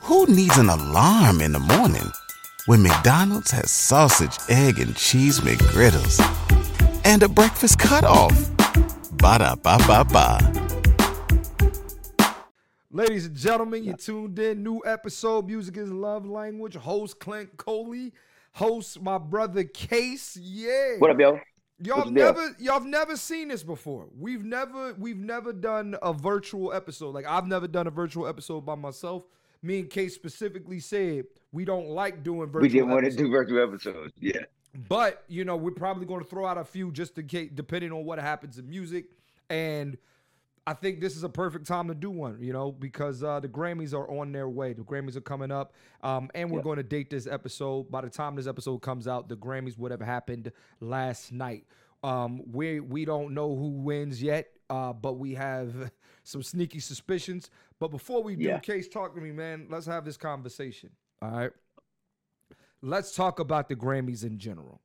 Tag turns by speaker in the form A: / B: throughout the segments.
A: Who needs an alarm in the morning when McDonald's has sausage, egg, and cheese McGriddles and a breakfast cutoff? Ba da ba ba ba.
B: Ladies and gentlemen, you tuned in. New episode, Music is Love Language. Host Clint Coley. Host my brother Case. Yeah.
C: What up, yo?
B: Y'all
C: What's the deal?
B: never y'all have never seen this before. We've never we've never done a virtual episode. Like I've never done a virtual episode by myself. Me and Case specifically said we don't like doing virtual
C: we didn't want to
B: episodes.
C: do virtual episodes. Yeah.
B: But you know, we're probably going to throw out a few just in case, depending on what happens in music. And I think this is a perfect time to do one, you know, because uh, the Grammys are on their way. The Grammys are coming up, um, and we're going to date this episode. By the time this episode comes out, the Grammys would have happened last night. Um, we we don't know who wins yet, uh, but we have some sneaky suspicions. But before we do,
C: Yeah.
B: case talk to me, man. Let's have this conversation. All right let's talk about the Grammys in general.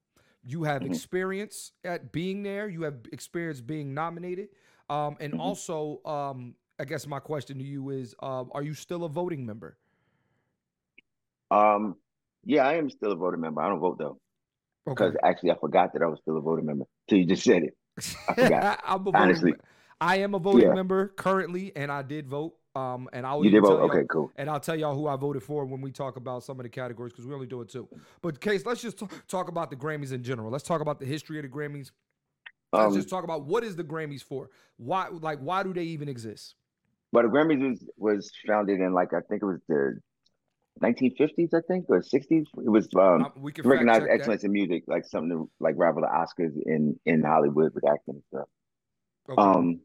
B: You have experience at being there. You have experience being nominated, um, and
C: Mhm.
B: also, um, I guess my question to you is: uh, Are you still a voting member?
C: Um. Yeah, I am still a voting member. I don't vote though, because actually I forgot that I was still a voting member. So you just said it. I forgot,
B: I'm a voting
C: honestly.
B: mem- I am a voting
C: Yeah.
B: member currently, and I did vote. Um, and I'll
C: You
B: even
C: did vote.
B: tell y'all-
C: Okay, cool.
B: and I'll tell y'all who I voted for when we talk about some of the categories because we only do it two. But case, let's just t- talk about the Grammys in general. Let's talk about the history of the Grammys.
C: Um,
B: Let's just talk about what is the Grammys for? Why, like, why do they even exist?
C: but the Grammys was was founded in like I think it was the 1950s, I think, or 60s. It was um,
B: Um, we can
C: to recognize
B: fact-check
C: excellence in music, like something to, like rival the Oscars in in Hollywood with acting and stuff.
B: That. Okay.
C: Um,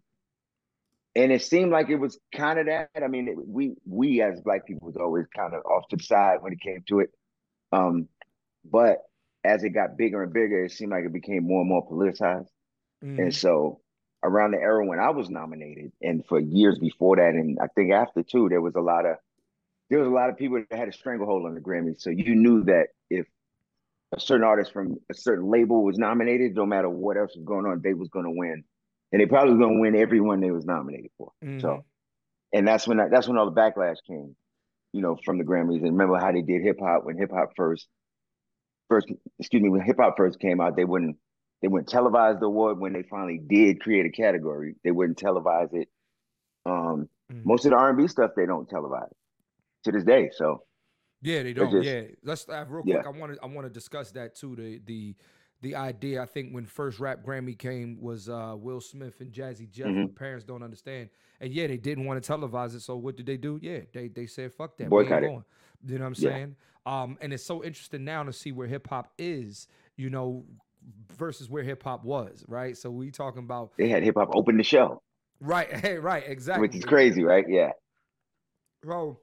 C: and it seemed like it was kind of that. I mean, it, we we as black people was always kind of off to the side when it came to it. Um, but as it got bigger and bigger, it seemed like it became more and more politicized.
B: Mhm.
C: And so, around the era when I was nominated, and for years before that, and I think after too, there was a lot of there was a lot of people that had a stranglehold on the Grammys. So you knew that if a certain artist from a certain label was nominated, no matter what else was going on, they was going to win, and they probably was going to win every one they was nominated for.
B: Mhm.
C: So, and that's when I, that's when all the backlash came, you know, from the Grammys. And remember how they did hip hop when hip hop first, first excuse me, when hip hop first came out, they wouldn't they wouldn't televise the award. When they finally did create a category, they wouldn't televise it. Um,
B: Mhm.
C: most of the R and B stuff they don't televise to this day. So
B: yeah, they don't.
C: just-
B: yeah, let's uh, real
C: Yeah.
B: quick. I want to I want to discuss that too. The the the idea I think when first rap Grammy came was uh, Will Smith and Jazzy Jeff.
C: Mhm.
B: What parents don't understand, and yeah, they didn't want to televise it. So what did they do? Yeah, they they said fuck that. we ain't
C: Boycott it.
B: going." You know what I'm
C: Yeah.
B: saying? Um, and it's so interesting now to see where hip hop is. You know, versus where hip hop was. Right. So we talking about
C: they had hip hop open the show,
B: right. Hey, right. Exactly.
C: which is crazy, right? Yeah.
B: Bro,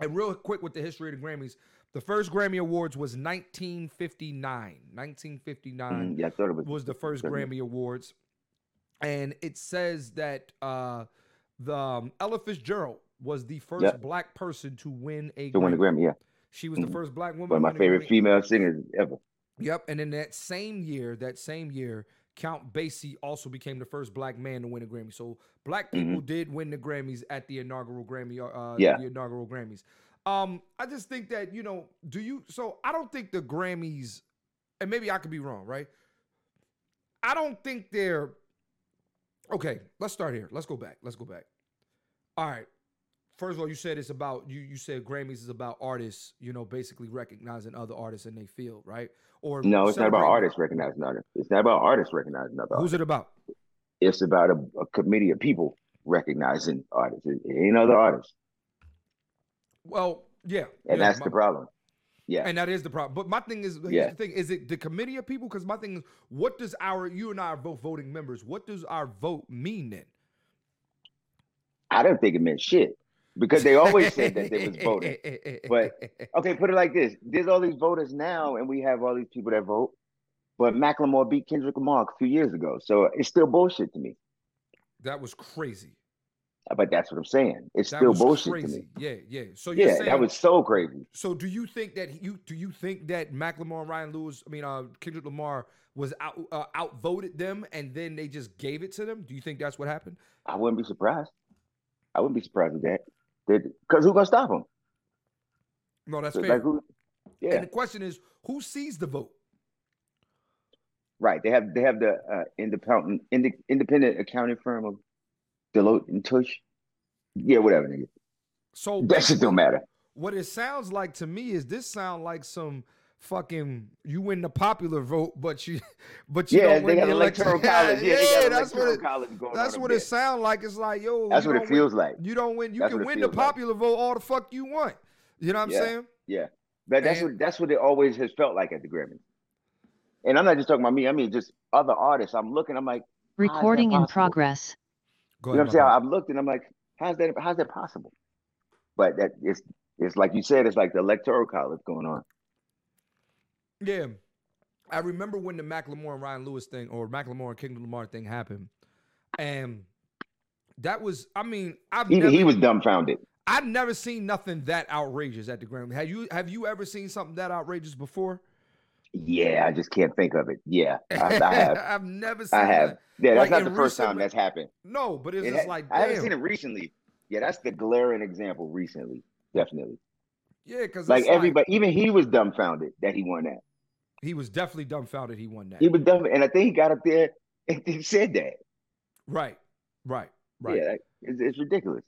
B: and real quick with the history of the Grammys, the first Grammy Awards was 1959. 1959
C: Mhm. Yeah, I thought it was.
B: was the first
C: Grammy.
B: Grammy Awards, and it says that uh, the um, Ella Fitzgerald was the first
C: Yeah.
B: black person to win a
C: To
B: Grammy.
C: win the Grammy, yeah.
B: She was
C: Mhm.
B: the first black woman.
C: One of my
B: to win a
C: favorite
B: Grammy.
C: female singers ever.
B: Yep, and in that same year, that same year, Count Basie also became the first black man to win a Grammy. So black people did win the Grammys at the inaugural Grammy. Uh,
C: Mm-hmm. Yeah.
B: the inaugural Grammys. Um, I just think that you know, do you? So I don't think the Grammys, and maybe I could be wrong, right? I don't think they're okay. Let's start here. Let's go back. Let's go back. All right. First of all, you said it's about you. You said Grammys is about artists, you know, basically recognizing other artists in their field, right? Or
C: No, it's not about
B: celebrating-
C: artists recognizing others. It's not about artists recognizing other
B: Who's
C: artists.
B: it about?
C: It's about a, a committee of people recognizing artists. It, it ain't other artists,
B: Well, yeah,
C: and
B: yeah,
C: that's
B: my-
C: the problem. Yeah,
B: And that is the problem. But my thing is, here's
C: Yeah.
B: the thing: is it the committee of people? Because my thing is, what does our you and I are both voting members? What does our vote mean then?
C: I don't think it meant shit because they always said that they was voting. But- oh. Okay, put it like this: there's all these voters now, and we have all these people that vote. But Macklemore beat Kendrick Lamar a few years ago, so it's still bullshit to me.
B: that was crazy.
C: But that's what I'm saying. It's
B: That
C: still
B: was
C: bullshit to me.
B: crazy. Yeah, yeah. So you're
C: Yeah,
B: saying
C: that was so crazy.
B: So do you think that he- you do you think that Macklemore and Ryan Lewis, I mean uh, Kendrick Lamar, was out uh, outvoted them and then they just gave it to them? Do you think that's what happened?
C: I wouldn't be surprised. I wouldn't be surprised with that. Because who gonna stop him?
B: No, that's
C: So,
B: fair.
C: like who? Yeah,
B: And the question is, who sees the vote?
C: right. They have they have the uh, independent ind- independent accounting firm of Deloitte and Touche. Yeah, whatever, nigga.
B: So
C: That shit don't matter.
B: what it sounds like to me is this sound like some fucking you win the popular vote, but you but you
C: Yeah,
B: don't
C: they
B: win
C: got
B: the
C: electoral
B: election.
C: college. Yeah, they got
B: that's what
C: electoral
B: it,
C: college going
B: that's
C: on a
B: what
C: bit.
B: it sound like. It's like yo,
C: That's
B: you
C: what
B: don't
C: it feels like.
B: Win, you don't win. You
C: That's
B: can
C: what it
B: win the
C: feels like.
B: popular vote all the fuck you want. You know what I'm
C: Yeah.
B: saying?
C: Yeah, but that's
B: And-
C: what that's what it always has felt like at the Grammy. And I'm not just talking about me. I mean, just other artists. I'm looking. I'm like,
D: Recording in
C: possible?
D: progress.
B: Go
C: you know what I'm
B: my
C: saying?
B: bad.
C: I've looked and I'm like, how's that? How's that possible? But that it's it's like you said. It's like the electoral college going on.
B: Yeah. I remember when the Macklemore and Ryan Lewis thing or Macklemore and Kingdom Lamar thing happened. And that was, I mean, I've
C: Even
B: never,
C: he was dumbfounded.
B: I've never seen nothing that outrageous at the Grammy. Have you have you ever seen something that outrageous before?
C: Yeah, I just can't think of it. Yeah, I, I have.
B: I've never seen
C: I have.
B: that.
C: Yeah, that's
B: Like,
C: not
B: in
C: the first
B: recent
C: time
B: me-
C: that's happened.
B: No, but it's
C: It
B: just
C: ha-
B: like
C: I haven't
B: damn.
C: seen it recently. Yeah, that's the glaring example recently. Definitely.
B: yeah, because
C: Like everybody, even he was dumbfounded that he won that.
B: he was definitely dumbfounded he won that.
C: He was dumb, and I think he got up there and he said that.
B: right. Right. Right.
C: Yeah, like, it's, it's ridiculous.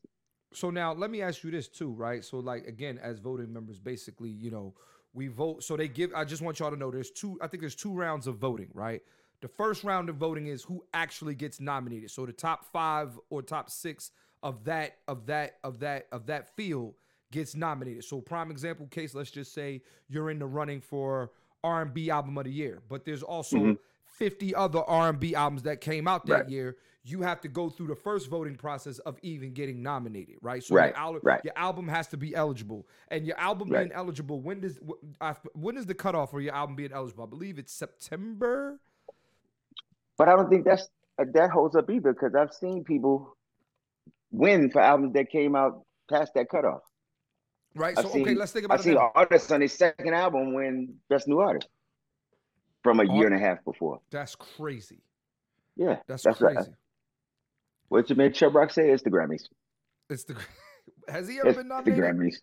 B: So now let me ask you this too, right? So like again, as voting members, basically, you know, we vote. So they give. I just want y'all to know there's two. I think there's two rounds of voting, right? The first round of voting is who actually gets nominated. So the top five or top six of that of that of that of that field gets nominated. So prime example case, let's just say you're in the running for R&B album of the year, but there's also
C: Mhm.
B: 50 other R&B albums that came out that
C: Right.
B: year. You have to go through the first voting process of even getting nominated, right? So
C: Right,
B: your, al-
C: right.
B: your album has to be eligible, and your album
C: Right.
B: being eligible. When does wh- I- when is the cutoff for your album being eligible? I believe it's September.
C: But I don't think that's uh, that holds up either because I've seen people win for albums that came out past that cutoff.
B: Right,
C: I've
B: so okay,
C: seen-
B: let's think about
C: I
B: it.
C: see
B: then.
C: artists on his second album win Best New Artist from a year
B: Art-
C: and a half before.
B: That's crazy.
C: Yeah,
B: That's,
C: right.
B: crazy.
C: what you made Chub Rock say is the Grammys.
B: It's the has he ever
C: It's
B: been
C: the
B: nominated?
C: Grammys.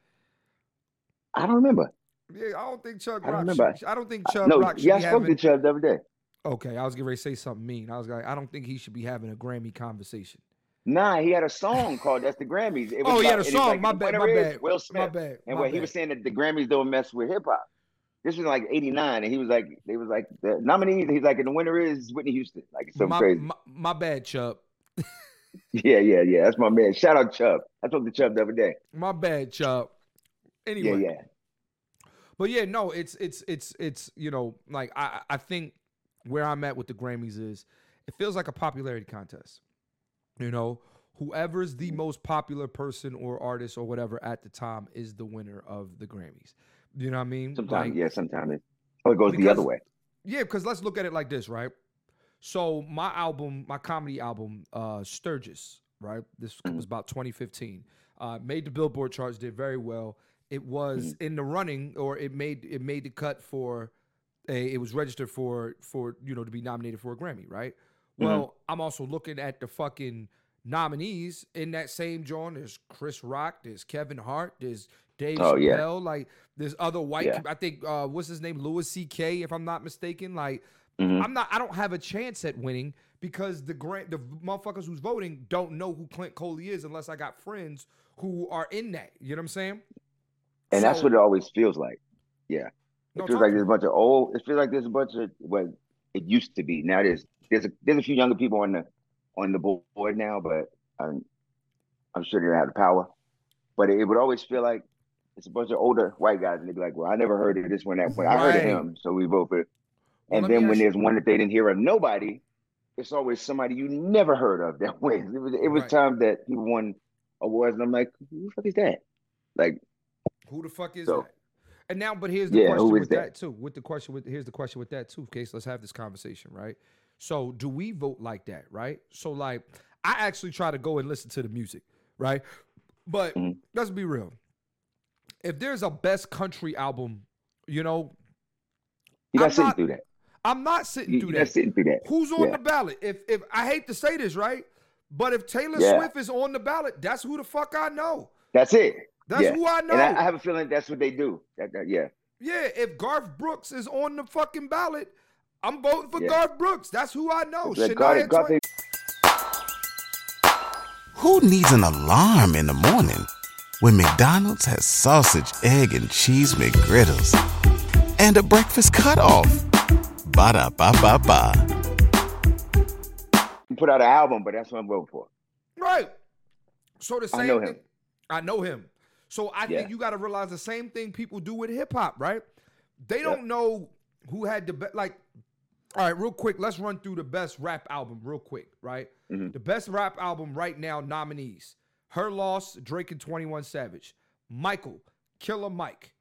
C: I don't remember.
B: Yeah, I don't think Chuck
C: I don't
B: Rock. should-
C: remember.
B: I don't think
C: I-
B: Chuck
C: no,
B: Rock should
C: yeah, I
B: be
C: spoke
B: having.
C: to Chubb the other day.
B: okay, I was getting ready to say something mean. I was like, I don't think he should be having a Grammy conversation.
C: Nah, he had a song called "That's the Grammys." It was
B: Oh, he had a
C: about- and it's
B: song.
C: like,
B: My
C: the
B: bad,
C: winner
B: my
C: is
B: bad.
C: Will
B: My
C: Smith.
B: bad.
C: And
B: my
C: what he
B: bad.
C: was saying that the Grammys don't mess with hip hop. This was like '89, and he was like, they was like the nominees. He's like, and the winner is Whitney Houston. Like it's something
B: my,
C: crazy.
B: My, my bad, Chubb.
C: Yeah, yeah, yeah. That's my man. Shout out Chubb. I talked to Chubb the other day.
B: My bad, Chubb. Anyway,
C: Yeah, yeah.
B: but yeah, no, it's it's it's it's you know like I I I think where I'm at with the Grammys is it feels like a popularity contest. You know, whoever's the most popular person or artist or whatever at the time is the winner of the Grammys. You know what I mean?
C: Sometimes,
B: Like,
C: yeah, sometimes it. Oh, it goes the
B: Because-
C: other way.
B: Yeah, because let's look at it like this, right? So my album, my comedy album, uh, Sturgis, right? This
C: Mhm.
B: was about 2015. Uh, made the Billboard charts, did very well. It was
C: Mm-hmm.
B: in the running, or it made it made the cut for a. It was registered for for you know to be nominated for a Grammy, right?
C: Mm-hmm.
B: Well, I'm also looking at the fucking nominees in that same genre. There's Chris Rock, there's Kevin Hart, there's Dave
C: Oh, yeah.
B: Chappelle, like there's other white.
C: Yeah.
B: I think uh, what's his name, Louis C.K. If I'm not mistaken, like
C: Mhm.
B: I'm not. I don't have a chance at winning because the grant, the motherfuckers who's voting don't know who Clint Coley is unless I got friends who are in that. You know what I'm saying?
C: And that's
B: So-
C: what it always feels like. It
B: No, talk
C: feels like
B: to
C: there's a
B: me.
C: bunch of old. It feels like there's a bunch of what it used to be. Now there's there's a, there's a few younger people on the on the board now, but I'm I'm sure they don't have the power. But it, would always feel like it's a bunch of older white guys, and they'd be like, "Well, I never heard of this one, that one. I heard of
B: Right.
C: him, so we vote for." it."
B: Well,
C: and
B: let me
C: then when
B: ask-
C: there's one that they didn't hear of, nobody. It's always somebody you never heard of that wins. It was, it was
B: Right.
C: times that people won awards, and I'm like, "Who the fuck is that?" Like,
B: Who the fuck is
C: So-
B: that? And now, but here's the
C: Yeah,
B: question
C: who
B: with
C: is
B: that?
C: that?
B: too. With the question with here's the question with that too. Case, let's have this conversation, right? So, do we vote like that, right? So, like, I actually try to go and listen to the music, right? But
C: Mhm.
B: let's be real. If there's a best country album, you know,
C: you not
B: I'm
C: sitting
B: not-
C: through that.
B: I'm not sitting
C: You,
B: through
C: you're
B: that.
C: not sitting through that.
B: Who's on
C: Yeah.
B: the ballot? If if I hate to say this, right? But if Taylor
C: Yeah.
B: Swift is on the ballot, that's who the fuck I know.
C: That's it.
B: That's
C: Yeah.
B: who I know.
C: And I, I have a feeling that's what they do. That, that- yeah.
B: yeah, if Garth Brooks is on the fucking ballot, I'm voting for
C: Yeah.
B: Garth Brooks. That's who I know.
C: Like,
B: Oh, Shania
C: God- God-
B: Twain-
A: Who needs an alarm in the morning when McDonald's has sausage, egg, and cheese McGriddles and a breakfast cutoff? Ba da ba ba ba.
C: he put out an album, but that's what I'm voting for.
B: Right. So the same
C: I know him.
B: thing. I know him. So I
C: Yeah.
B: think you got to realize the same thing people do with hip hop, right? They don't know who had the best. Like, all right, real quick, let's run through the best rap album real quick, right?
C: Mhm.
B: The best rap album right now nominees: Her Loss, Drake and Twenty One Savage, Michael, Killer Mike,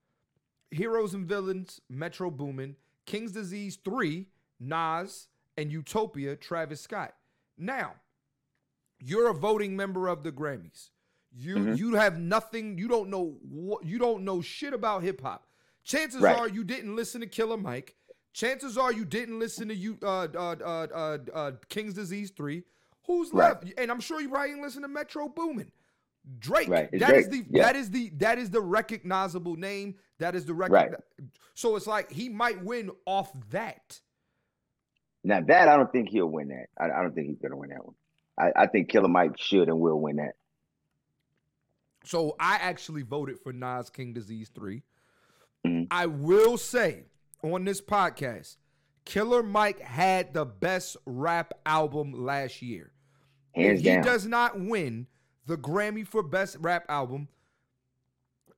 B: Heroes and Villains, Metro Boomin, King's Disease Three, Nas, and Utopia, Travis Scott. Now, you're a voting member of the Grammys. You
C: Mhm.
B: you have nothing. You don't know what. You don't know shit about hip hop. Chances
C: Right.
B: are you didn't listen to Killer Mike. Chances are you didn't listen to you uh uh uh uh, uh King's Disease three. Who's
C: Right.
B: left? And I'm sure you probably didn't listen to Metro Boomin. Drake.
C: Right,
B: That is
C: it's
B: the
C: Drake, yeah.
B: that is the that is the recognizable name. That is the recogni-
C: Right.
B: So it's like he might win off that.
C: Now that I don't think he'll win that. I, I don't think he's gonna win that one. I, I think Killer Mike should and will win that.
B: So I actually voted for Nas King Disease 3.
C: Mhm.
B: I will say on this podcast, Killer Mike had the best rap album last year. If
C: Hands
B: he
C: down.
B: does not win the Grammy for best rap album,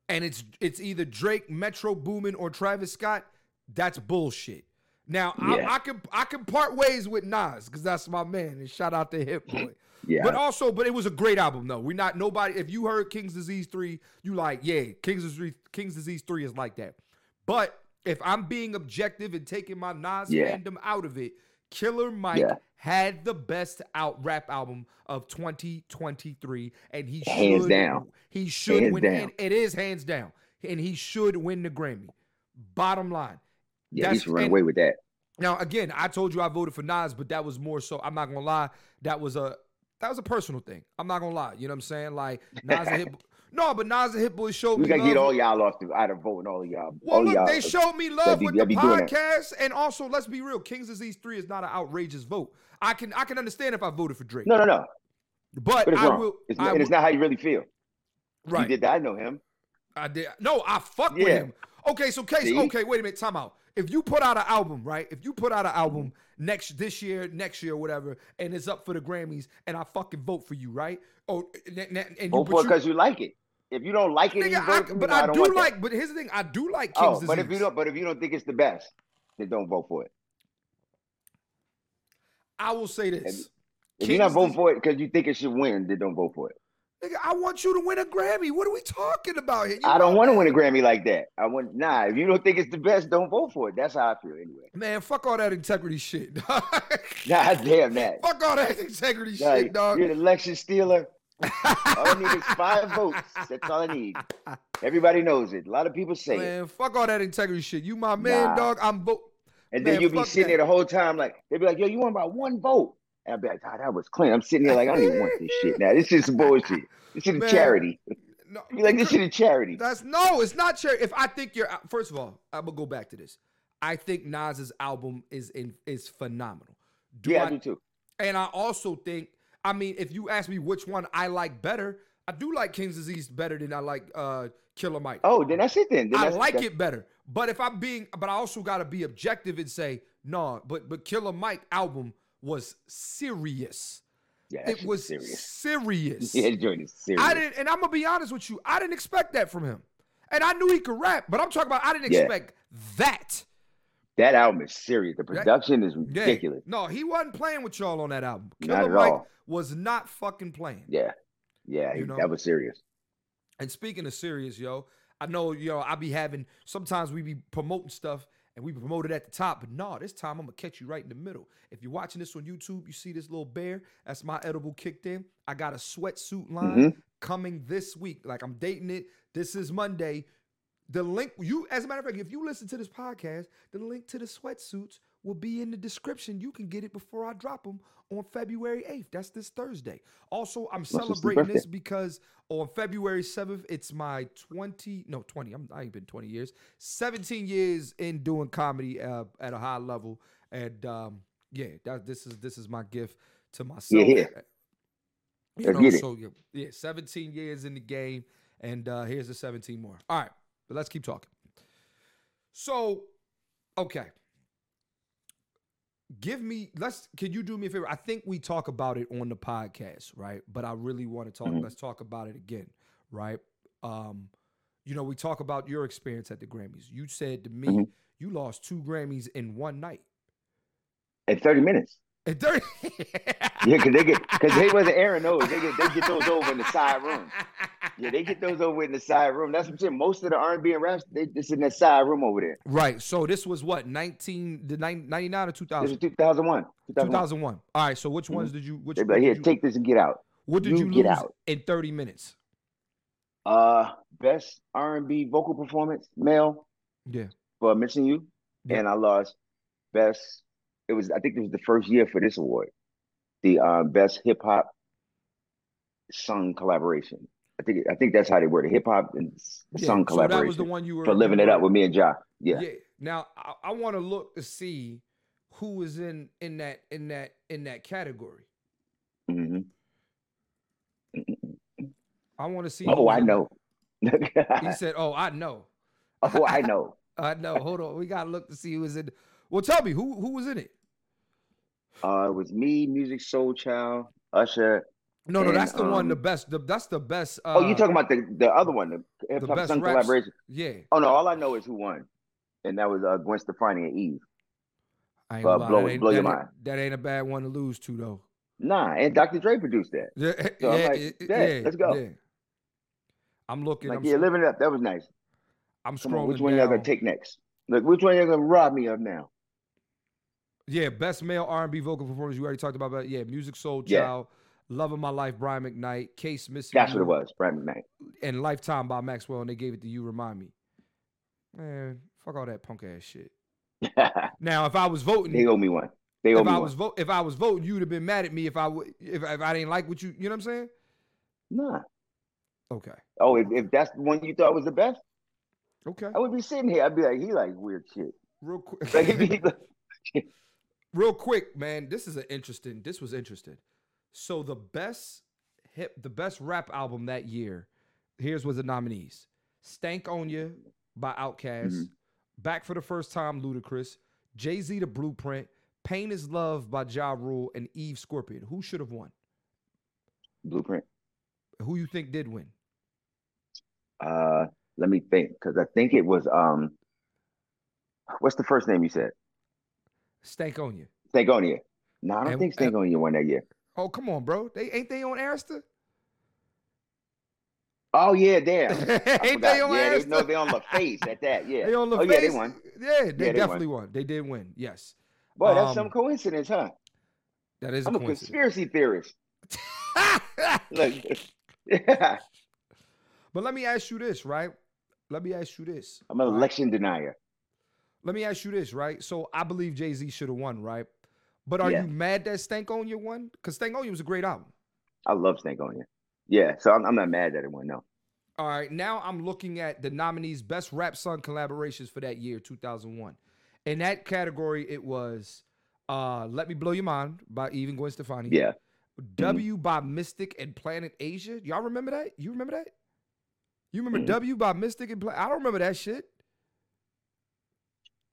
B: and it's it's either Drake, Metro Boomin, or Travis Scott. That's bullshit. Now
C: Yeah.
B: I, I can I can part ways with Nas because that's my man, and shout out to Hip Boy.
C: yeah.
B: But also, but it was a great album though. We're not nobody. If you heard King's Disease three, you like yeah, King's Disease King's Disease three is like that. But if I'm being objective and taking my Nas
C: Yeah.
B: fandom out of it, Killer Mike
C: Yeah.
B: had the best out rap album of 2023, and he
C: Hands
B: should
C: down.
B: he should
C: Hands
B: win.
C: down.
B: And it is hands down, and he should win the Grammy. Bottom line.
C: yeah, he
B: that's-
C: should run
B: and-
C: away with that.
B: Now, again, I told you I voted for Nas, but that was more so. I'm not gonna lie, that was a that was a personal thing. I'm not gonna lie. You know what I'm saying? Like Nas and Hip. No, but Nas and Hit Boy showed
C: We
B: me
C: gotta
B: love.
C: get all y'all off the out of voting all of y'all.
B: well,
C: all
B: look,
C: y'all.
B: they showed me love
C: be-
B: with the
C: they'll be doing that.
B: podcast, and also let's be real, King's Disease Three is not an outrageous vote. I can I can understand if I voted for Drake,
C: no, no, no.
B: but,
C: But it's
B: I
C: wrong.
B: will.
C: it's,
B: I
C: not,
B: will
C: it's not how you really feel.
B: right.
C: You did that. I know him.
B: I did. No, I fuck with
C: Yeah.
B: him. Okay, so case.
C: See?
B: Okay, wait a minute. Time out. If you put out an album, right? If you put out an album next this year, next year, whatever, and it's up for the Grammys, and I fucking vote for you, right? Oh, and, and- and you,
C: Vote
B: but
C: for it
B: you-
C: because you like it. If you don't like it, you
B: nigga,
C: vote for
B: I,
C: it.
B: but
C: No,
B: I,
C: don't
B: do
C: want that.
B: like. But here's the thing, I do like King's
C: Oh, but if you
B: Disease.
C: don't, but if you don't think it's the best, then don't vote for it.
B: I will say this.
C: If you're not
B: King's
C: voting
B: Dis-
C: for it because you think it should win, then don't vote for it.
B: Nigga, I want you to win a Grammy. What are we talking about here? You
C: I don't
B: know
C: want to
B: that.
C: win a Grammy like that. I want nah. If you don't think it's the best, don't vote for it. That's how I feel anyway.
B: Man, fuck all that integrity shit. fuck
C: Nah, damn that.
B: all that integrity shit,
C: Like,
B: dog.
C: You're an election stealer. all I need is five votes. That's all I need. Everybody knows it. A lot of people say it.
B: Man, fuck all that integrity shit. You my man,
C: Nah.
B: dog. I'm vote.
C: And
B: man,
C: then you'll be
B: fuck
C: sitting
B: that.
C: there the whole time, like they'd be like, "Yo, you won by one vote." And I'd be like, "God, that was clean." I'm sitting there like, "I don't even want this shit now. This is bullshit. This is
B: Man.
C: a charity."
B: No,
C: I'd be like, "This shit is charity."
B: that's no, it's not cherry. If I think you're first of all, I'm gonna go back to this. I think Nas's album is in is phenomenal. Do
C: yeah,
B: I-
C: I do too.
B: and I also think, I mean, if you ask me which one I like better, I do like King's Disease better than I like uh Killer Mike.
C: Oh, then that's it. Then, then
B: I
C: that's,
B: like
C: that's-
B: it better. But if I'm being, but I also gotta be objective and say, no, but but Killer Mike album was serious.
C: Yeah,
B: It was
C: serious.
B: serious.
C: Yeah, that joint is serious.
B: I didn't, and I'm gonna be honest with you. I didn't expect that from him, and I knew he could rap, but I'm talking about I didn't
C: Yeah.
B: expect that.
C: That album is serious. The
B: That-
C: production is
B: Yeah.
C: ridiculous.
B: No, he wasn't playing with y'all on that album.
C: Not
B: Killer
C: at
B: Mike
C: all.
B: was not fucking playing.
C: Yeah, yeah,
B: You
C: he-
B: know?
C: that was serious.
B: And speaking of serious, yo, I know yo, I be having sometimes we be promoting stuff and we promote it at the top, but no, this time I'm gonna catch you right in the middle. If you're watching this on YouTube, you see this little bear. That's my edible kicked in. I got a sweatsuit line coming this week. Like I'm dating it. This is Monday. The link you, as a matter of fact, if you listen to this podcast, the link to the sweatsuits will be in the description. You can get it before I drop them on February 8th. That's this Thursday. Also, I'm
C: just his
B: celebrating this
C: birthday.
B: because on February 7th, it's my 20, no, 20, I'm, I ain't been 20 years, 17 years in doing comedy uh, at a high level. And um, yeah, that, this is this is my gift to myself.
C: yeah.
B: You
C: Let's
B: know,
C: get it.
B: so yeah, yeah, 17 years in the game, and uh, here's the 17 more. All right, but let's keep talking. So, okay. Give me let's can you do me a favor? I think we talk about it on the podcast, right? But I really want to talk,
C: Mhm.
B: let's talk about it again, right? Um, you know, we talk about your experience at the Grammys. You said to me
C: Mhm.
B: you lost two Grammys in one night.
C: in 30 minutes.
B: And 30
C: Yeah, because they get because they wasn't airing those. They get they get those over in the side room. Yeah, they get those over in the side room. That's what I'm saying. Most of the R&B and raps, they just in that side room over there.
B: Right. So this was what 19 the nine- 99 or
C: This was
B: 2000
C: 2001. 2001.
B: 2001. All right. So which
C: Mhm.
B: ones did you which
C: They be like,
B: what
C: here,
B: did you-
C: take this and get out.
B: what did you,
C: you get
B: lose
C: out."
B: in 30 minutes?
C: Uh, best R&B vocal performance, male
B: Yeah.
C: for missing you,
B: Yeah.
C: and I lost best. It was I think it was the first year for this award, the uh, best hip hop sung collaboration. I think I think that's how they were the hip hop and s-
B: yeah.
C: sung
B: so that was the
C: collaboration
B: one you were
C: for living
B: you
C: it up
B: were-
C: with me and Ja. Yeah.
B: Now I, I want to look to see who was in in that in that in that category.
C: hmm
B: I want to see who
C: Oh,
B: was
C: I
B: in that-
C: know.
B: He said, "Oh, I know.
C: oh, I know.
B: I know. Hold on. We got to look to see who was in Well, tell me who who was in it?
C: Uh, it was me, Music Soul Child, Usher.
B: No, no,
C: And,
B: that's the one the
C: um,
B: best the, that's the best uh
C: oh, you talking about the, the other one, the hip hop
B: best
C: sung
B: raps.
C: collaboration?
B: Yeah.
C: Oh no, all I know is who won, and that was uh, Gwen Stefani and Eve.
B: I ain't
C: Uh,
B: gonna lie,
C: blow-
B: that ain't-
C: blow your
B: that ain't-
C: mind.
B: That ain't a bad one to lose to though.
C: Nah, and Dr. Dre produced that.
B: Yeah,
C: So
B: yeah,
C: I'm like,
B: it- it-
C: "Dad, let's go."
B: yeah. I'm looking.
C: like,
B: I'm,
C: yeah,
B: sc-
C: living it up. That was nice.
B: I'm
C: Come
B: scrolling
C: on, which one y'all
B: down.
C: gonna take next? Look, which one y'all gonna rob me of now?
B: Yeah, best male R&B vocal performance. You already talked about, but yeah, music soul
C: Yeah.
B: child, love of my life, Brian McKnight, Case missing.
C: That's what it
B: You,
C: was, Brian McKnight.
B: And Lifetime by Maxwell, and they gave it to you. Remind me, man, fuck all that punk ass shit. Now, if I was voting,
C: they owe me one. They owe
B: if
C: me
B: I
C: one.
B: was vote, if I was voting, you'd have been mad at me if I would, if, if I didn't like what you, you know what I'm saying?
C: Nah.
B: Okay,
C: Oh, if, if that's the one you thought was the best,
B: okay,
C: I would be sitting here. I'd be like, he like weird shit.
B: real
C: Like, he'd
B: quick.
C: be like,
B: real quick, man. This is an interesting. This was interesting. So the best hip, the best rap album that year. Here's was the nominees: "Stank on Ya" by Outkast,
C: Mhm.
B: "Back for the First Time" Ludacris, Jay Z the Blueprint, "Pain Is Love" by Ja Rule, and Eve Scorpion. Who should have won?
C: Blueprint.
B: Who you think did win?
C: Uh, let me think, because I think it was um, what's the first name you said?
B: "Stank on Ya."
C: Stankonia. No, I don't
B: And-
C: think
B: and-
C: Stankonia won that year.
B: Oh come on, bro! They ain't they on Arista?
C: Oh yeah, damn. I
B: ain't
C: forgot.
B: they on
C: yeah, they,
B: Arista?
C: no, they on the face at that. Yeah.
B: They on the
C: oh yeah, they
B: face?
C: won.
B: Yeah, they
C: won.
B: definitely won. They did win. Yes,
C: Boy, that's
B: Um,
C: some coincidence, huh?
B: that is
C: I'm
B: a
C: a
B: coincidence.
C: conspiracy theorist. Look, yeah,
B: But let me ask you this, right? Let me ask you this.
C: I'm an
B: right?
C: election denier.
B: Let me ask you this, right? So I believe Jay Z should have won, right? But are
C: Yeah.
B: you mad that Stank on you won? Because Stank on you was a great album.
C: I love Stankonia. Yeah, so I'm, I'm not mad that it won. No,
B: All right, now I'm looking at the nominees best rap song collaborations for that year, 2001. In that category, it was uh, "Let Me Blow Your Mind" by Eve and Gwen Stefani.
C: yeah, Mm-hmm.
B: W by Mystic and Planet Asia. Y'all remember that? You remember that? You remember
C: Mhm.
B: W by Mystic and Planet? I don't remember that shit.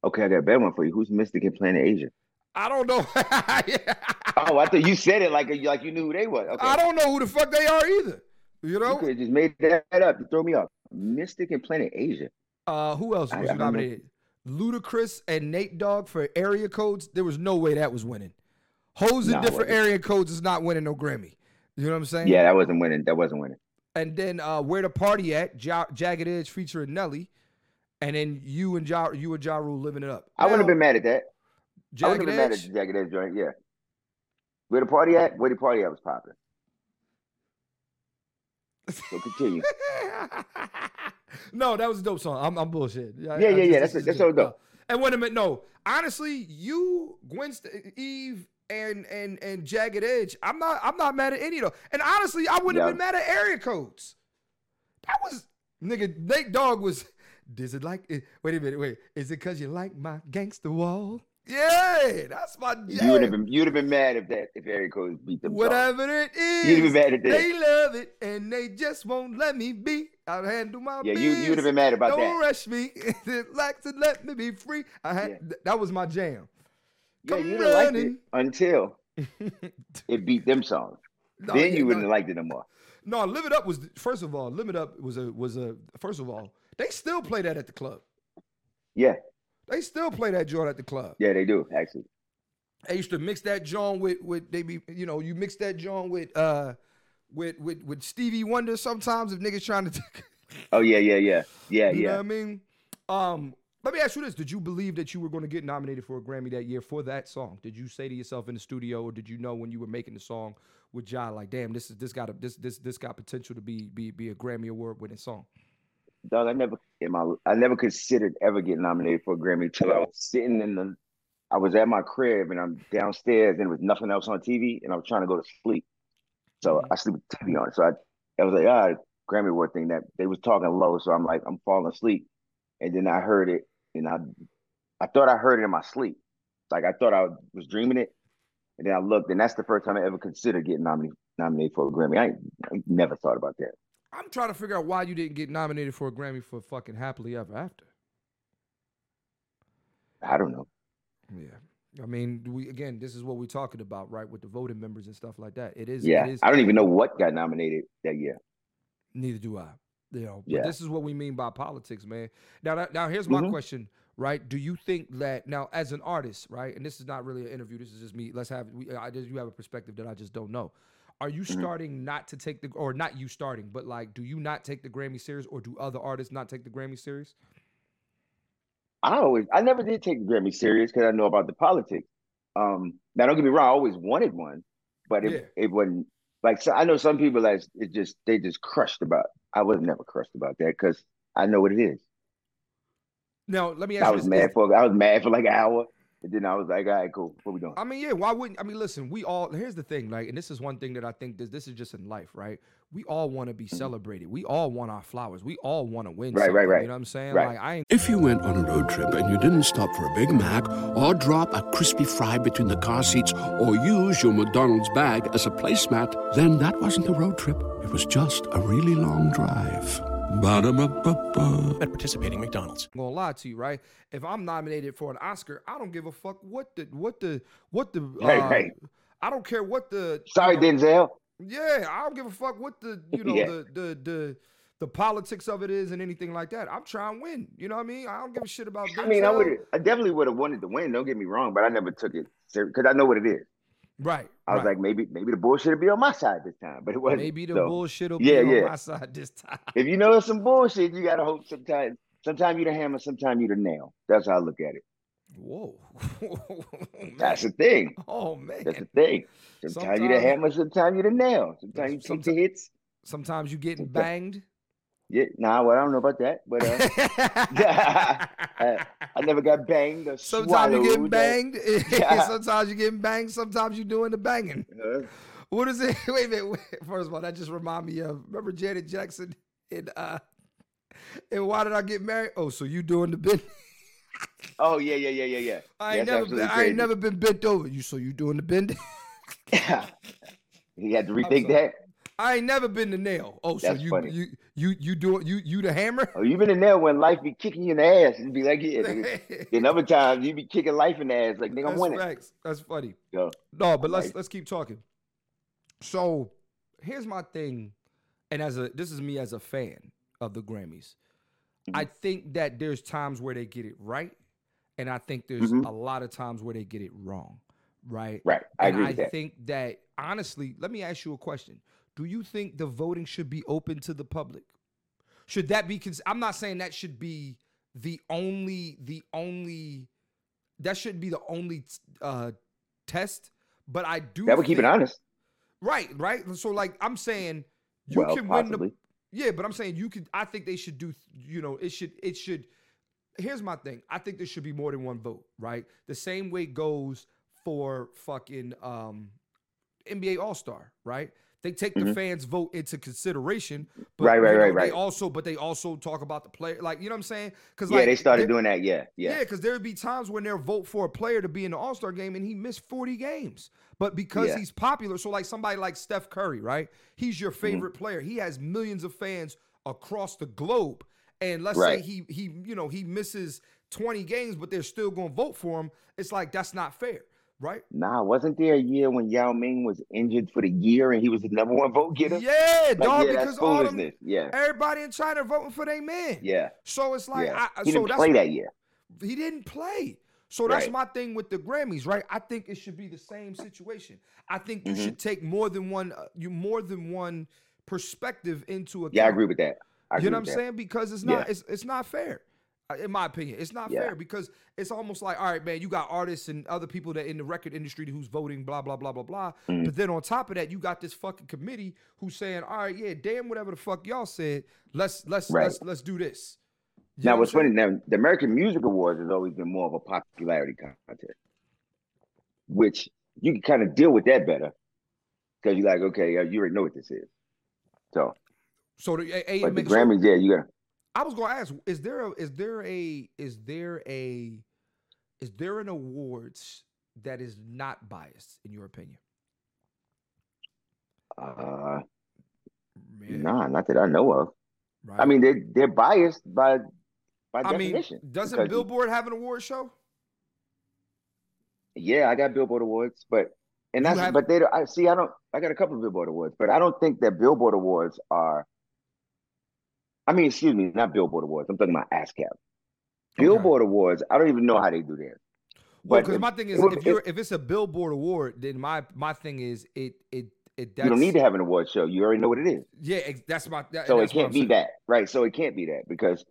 C: okay, I got a bad one for you. Who's Mystic and Planet Asia?
B: I don't know.
C: Oh, I thought you said it like like you knew who they was. Okay,
B: I don't know who the fuck they are either. You
C: You
B: know?
C: could have just made that up. You throw me off. Mystic and Planet Asia.
B: Uh, who else
C: I-
B: was
C: I don't know.
B: nominated? Ludacris and Nate Dogg for area codes. There was no way that was winning. Hoes in
C: Nah, it
B: different
C: wasn't.
B: area codes is not winning no Grammy. You know what I'm saying?
C: Yeah, that wasn't winning. That wasn't winning.
B: And then uh, where the party at? Ja- Jagged Edge featuring Nelly. And then you and Ja, you and Ja Rule living it up.
C: I wouldn't have
B: Now,
C: been mad at that. I
B: Jagged
C: wouldn't have been mad
B: Edge.
C: at the Jagged Edge joint. Yeah. Where the party at? Where the party at was popping. So continue.
B: no, that was a dope song. I'm, I'm bullshit. I-
C: Yeah,
B: I
C: yeah,
B: just-
C: yeah,
B: this
C: that's it,
B: is
C: that's
B: dope.
C: so dope.
B: No. And wait a minute, no. Honestly, you, Gwen, St- Eve, and and and Jagged Edge. I'm not. I'm not mad at any of them. And honestly, I wouldn't have
C: Yeah.
B: been mad at area codes. That was nigga. Nate Dogg was. Does it like? It, wait a minute. Wait. Is it cause you like my gangster wall? Yeah, that's my
C: You would
B: jam.
C: have been you'd have been mad if that if Eric Coles beat them. songs.
B: Whatever it is,
C: You'd have been mad at that.
B: they love it and they just won't let me be. I'll handle my
C: Yeah, you
B: business.
C: you'd have been mad about
B: Don't
C: that.
B: rush me. Relax and let me be free. I had
C: Yeah.
B: th- that was my jam.
C: Yeah,
B: come
C: you would have liked it
B: running.
C: until it beat them songs.
B: No,
C: then
B: yeah,
C: you wouldn't
B: no,
C: have liked it no more.
B: No, Live It Up was first of all, Live It Up was a was a first of all, they still play that at the club.
C: Yeah,
B: They still play that joint at the club.
C: yeah, they do actually.
B: I used to mix that John with with they be you know you mix that John with uh with with with Stevie Wonder sometimes if niggas trying to take,
C: Oh yeah, yeah, yeah, yeah,
B: you know what
C: yeah.
B: I mean. Um, let me ask you this: Did you believe that you were going to get nominated for a Grammy that year for that song? Did you say to yourself in the studio, or did you know when you were making the song with John, like, damn, this is this got a, this this this got potential to be be be a Grammy award winning song?
C: Dog, I never in my I never considered ever getting nominated for a Grammy till I was sitting in the I was at my crib and I'm downstairs and there was nothing else on TV and I was trying to go to sleep. So I sleep with the TV on. So I, I was like, ah, Grammy Award thing that they was talking low. So I'm like, I'm falling asleep. And then I heard it and I I thought I heard it in my sleep. Like I thought I was dreaming it. And then I looked, and that's the first time I ever considered getting nominated nominated for a Grammy. I, ain't, I ain't never thought about that.
B: I'm trying to figure out why you didn't get nominated for a Grammy for fucking Happily Ever After.
C: I don't know.
B: Yeah, I mean, we again, this is what we're talking about, right? With the voting members and stuff like that. It is,
C: Yeah,
B: it is
C: I don't even know what got nominated that year.
B: Neither do I. You know, but
C: Yeah.
B: this is what we mean by politics, man. Now, that- now here's my
C: Mhm.
B: question, right? Do you think that now, as an artist, right? And this is not really an interview. This is just me. Let's have we, I just you have a perspective that I just don't know. Are you
C: Mm-hmm.
B: starting not to take the or not you starting, but like, do you not take the Grammy series, or do other artists not take the Grammy series?
C: I always, I never did take the Grammy serious because I know about the politics. Um, now don't get me wrong, I always wanted one, but it
B: Yeah.
C: it wasn't like so. I know some people that it just they just crushed about. I was never crushed about that because I know what it is.
B: No, let me ask
C: I
B: you
C: was
B: this.
C: mad for I was mad for like an hour, and then I was like, all right, cool, what we doing?
B: I mean, yeah, why wouldn't I mean listen, we all here's the thing, like, and this is one thing that I think this this is just in life, right? We all want to be celebrated. We all want our flowers. We all want to win.
C: Right, right,
B: something,
C: right.
B: You know what I'm saying?
C: Right.
B: Like I ain't
D: If you went on a road trip and you didn't stop for a Big Mac or drop a crispy fry between the car seats or use your McDonald's bag as a placemat, then that wasn't a road trip. It was just a really long drive. Ba-da-ba-ba-ba.
E: at participating McDonald's.
B: gonna lie to you, right? If I'm nominated for an Oscar, I don't give a fuck what the what the what the uh,
C: Right, right.
B: I don't care what the
C: Sorry, Denzel.
B: yeah, I don't give a fuck what the you know
C: Yeah.
B: the the the the politics of it is and anything like that. I'm trying to win. You know what I mean? I don't give a shit about
C: I mean, I
B: uh, Denzel.
C: would, I definitely would have wanted to win. Don't get me wrong, but I never took it serious because I know what it is.
B: Right.
C: I was
B: right.
C: like, maybe, maybe the bullshit will be on my side this time, but it wasn't.
B: maybe the
C: So,
B: bullshit will
C: Yeah,
B: be
C: yeah.
B: on my side this time.
C: If you know it's some bullshit, you gotta hope sometimes. Sometimes you the hammer, sometimes you the nail. That's how I look at it.
B: Whoa.
C: That's
B: Man.
C: the thing.
B: oh man.
C: That's the thing. Sometimes you the
B: Sometimes-
C: hammer, sometimes you the nail. Sometimes you take
B: Someti-
C: the hits.
B: Sometimes you getting
C: Someti-
B: banged.
C: Yeah, nah, well, I don't know about that, but uh, uh, I never got banged or
B: sometimes you
C: swallowed uh,
B: get
C: or-
B: banged.
C: Yeah.
B: sometimes you getting banged. Sometimes you doing the banging.
C: Uh,
B: What is it? Wait a minute. wait. First of all, that just remind me of remember Janet Jackson and uh and why did I get married? Oh, so you doing the bent?
C: oh yeah, yeah, yeah, yeah, yeah.
B: I ain't
C: That's
B: never
C: absolutely
B: been, I
C: crazy.
B: ain't never been bent over. You so you doing the bending?
C: he had to rethink
B: sorry.
C: that.
B: I ain't never been the nail. Oh, so
C: That's
B: you
C: funny.
B: you you you do you you the hammer?
C: Oh, you been the nail when life be kicking you in the ass and be like, yeah. nigga. then other times you be kicking life in the ass, like nigga, I'm
B: That's
C: winning.
B: facts. That's funny.
C: So,
B: No, but let's
C: Like-
B: let's keep talking. So here's my thing, and as a this is me as a fan of the Grammys.
C: Mm-hmm.
B: I think that there's times where they get it right, and I think there's
C: Mhm.
B: a lot of times where they get it wrong. Right.
C: right, I
B: and
C: agree
B: I
C: with that.
B: think that honestly, let me ask you a question. Do you think the voting should be open to the public? Should that be cons- I'm not saying that should be the only the only that should be the only uh test, but I do
C: That would keep it
B: think-
C: honest.
B: Right, right. So like I'm saying you
C: well,
B: can win
C: possibly.
B: the Yeah, but I'm saying you could. I think they should do. You know, it should. It should. Here's my thing. I think there should be more than one vote. Right. The same way goes for fucking um, NBA All Star. Right. They take the
C: Mhm.
B: fans' vote into consideration. But,
C: Right, right,
B: you know,
C: right,
B: They
C: right.
B: also, but they also talk about the player. Like you know what I'm saying? Because
C: Yeah,
B: like,
C: they started
B: there-
C: doing that. Yeah,
B: yeah,
C: yeah,
B: because there would be times when they'll vote for a player to be in the All Star game and he missed 40 games. But because
C: Yeah.
B: he's popular, so like somebody like Steph Curry, right? He's
C: Mm-hmm.
B: your favorite player. He has millions of fans across the globe. And let's
C: Right.
B: say he he you know he misses 20 games, but they're still gonna vote for him. It's like that's not fair, right?
C: Nah, wasn't there a year when Yao Ming was injured for the year and he was the number one vote getter?
B: Yeah,
C: Like,
B: dog,
C: yeah,
B: because
C: that's
B: all them,
C: foolishness. Yeah,
B: everybody in China voting for their man.
C: yeah,
B: So it's like
C: yeah.
B: I,
C: he
B: so
C: didn't
B: that's
C: play that year.
B: he didn't play. So that's
C: Right.
B: my thing with the Grammys, right? I think it should be the same situation. I think you
C: Mhm.
B: should take more than one uh, you more than one perspective into account.
C: Yeah, I agree with that. I agree
B: you know what I'm
C: with that.
B: saying? Because it's
C: Yeah.
B: not it's it's not fair. uh, In my opinion, it's not
C: Yeah.
B: fair because it's almost like, all right, man, you got artists and other people that in the record industry who's voting, blah blah blah blah blah.
C: Mhm.
B: But then on top of that, you got this fucking committee who's saying, all right, yeah, damn whatever the fuck y'all said, let's let's
C: Right.
B: let's let's do this. You know
C: Now,
B: what
C: what's
B: I'm saying?
C: funny now, the American Music Awards has always been more of a popularity contest, which you can kind of deal with that better because you're like, okay, uh, you already know what this is. So,
B: So the, a, a,
C: but the
B: so-
C: Grammys, yeah, you got
B: I was gonna ask, is there a is there a is there a is there an awards that is not biased in your opinion?
C: to, uh,
B: Yeah.
C: nah, not that I know of.
B: right?
C: I mean, they're, they're biased by by
B: I mean,
C: definition.
B: doesn't
C: because-
B: Billboard have an award show?
C: Yeah, I got Billboard Awards, but
B: You
C: and that's
B: have-
C: but they don't. I see. I don't. I got a couple of Billboard Awards, but I don't think that Billboard Awards are. I mean, excuse me, not Billboard Awards. I'm talking about ASCAP. Billboard Awards. I don't even know how they do theirs.
B: Well,
C: but
B: because
C: if-
B: my thing is,
C: well,
B: if
C: it-
B: you're if it's a Billboard award, then my my thing is it it it that's
C: you don't need to have an award show. You already know what it is,
B: yeah ex- that's my that,
C: so it
B: that's what I'm
C: can't be
B: saying.
C: that, right? So it can't be that because,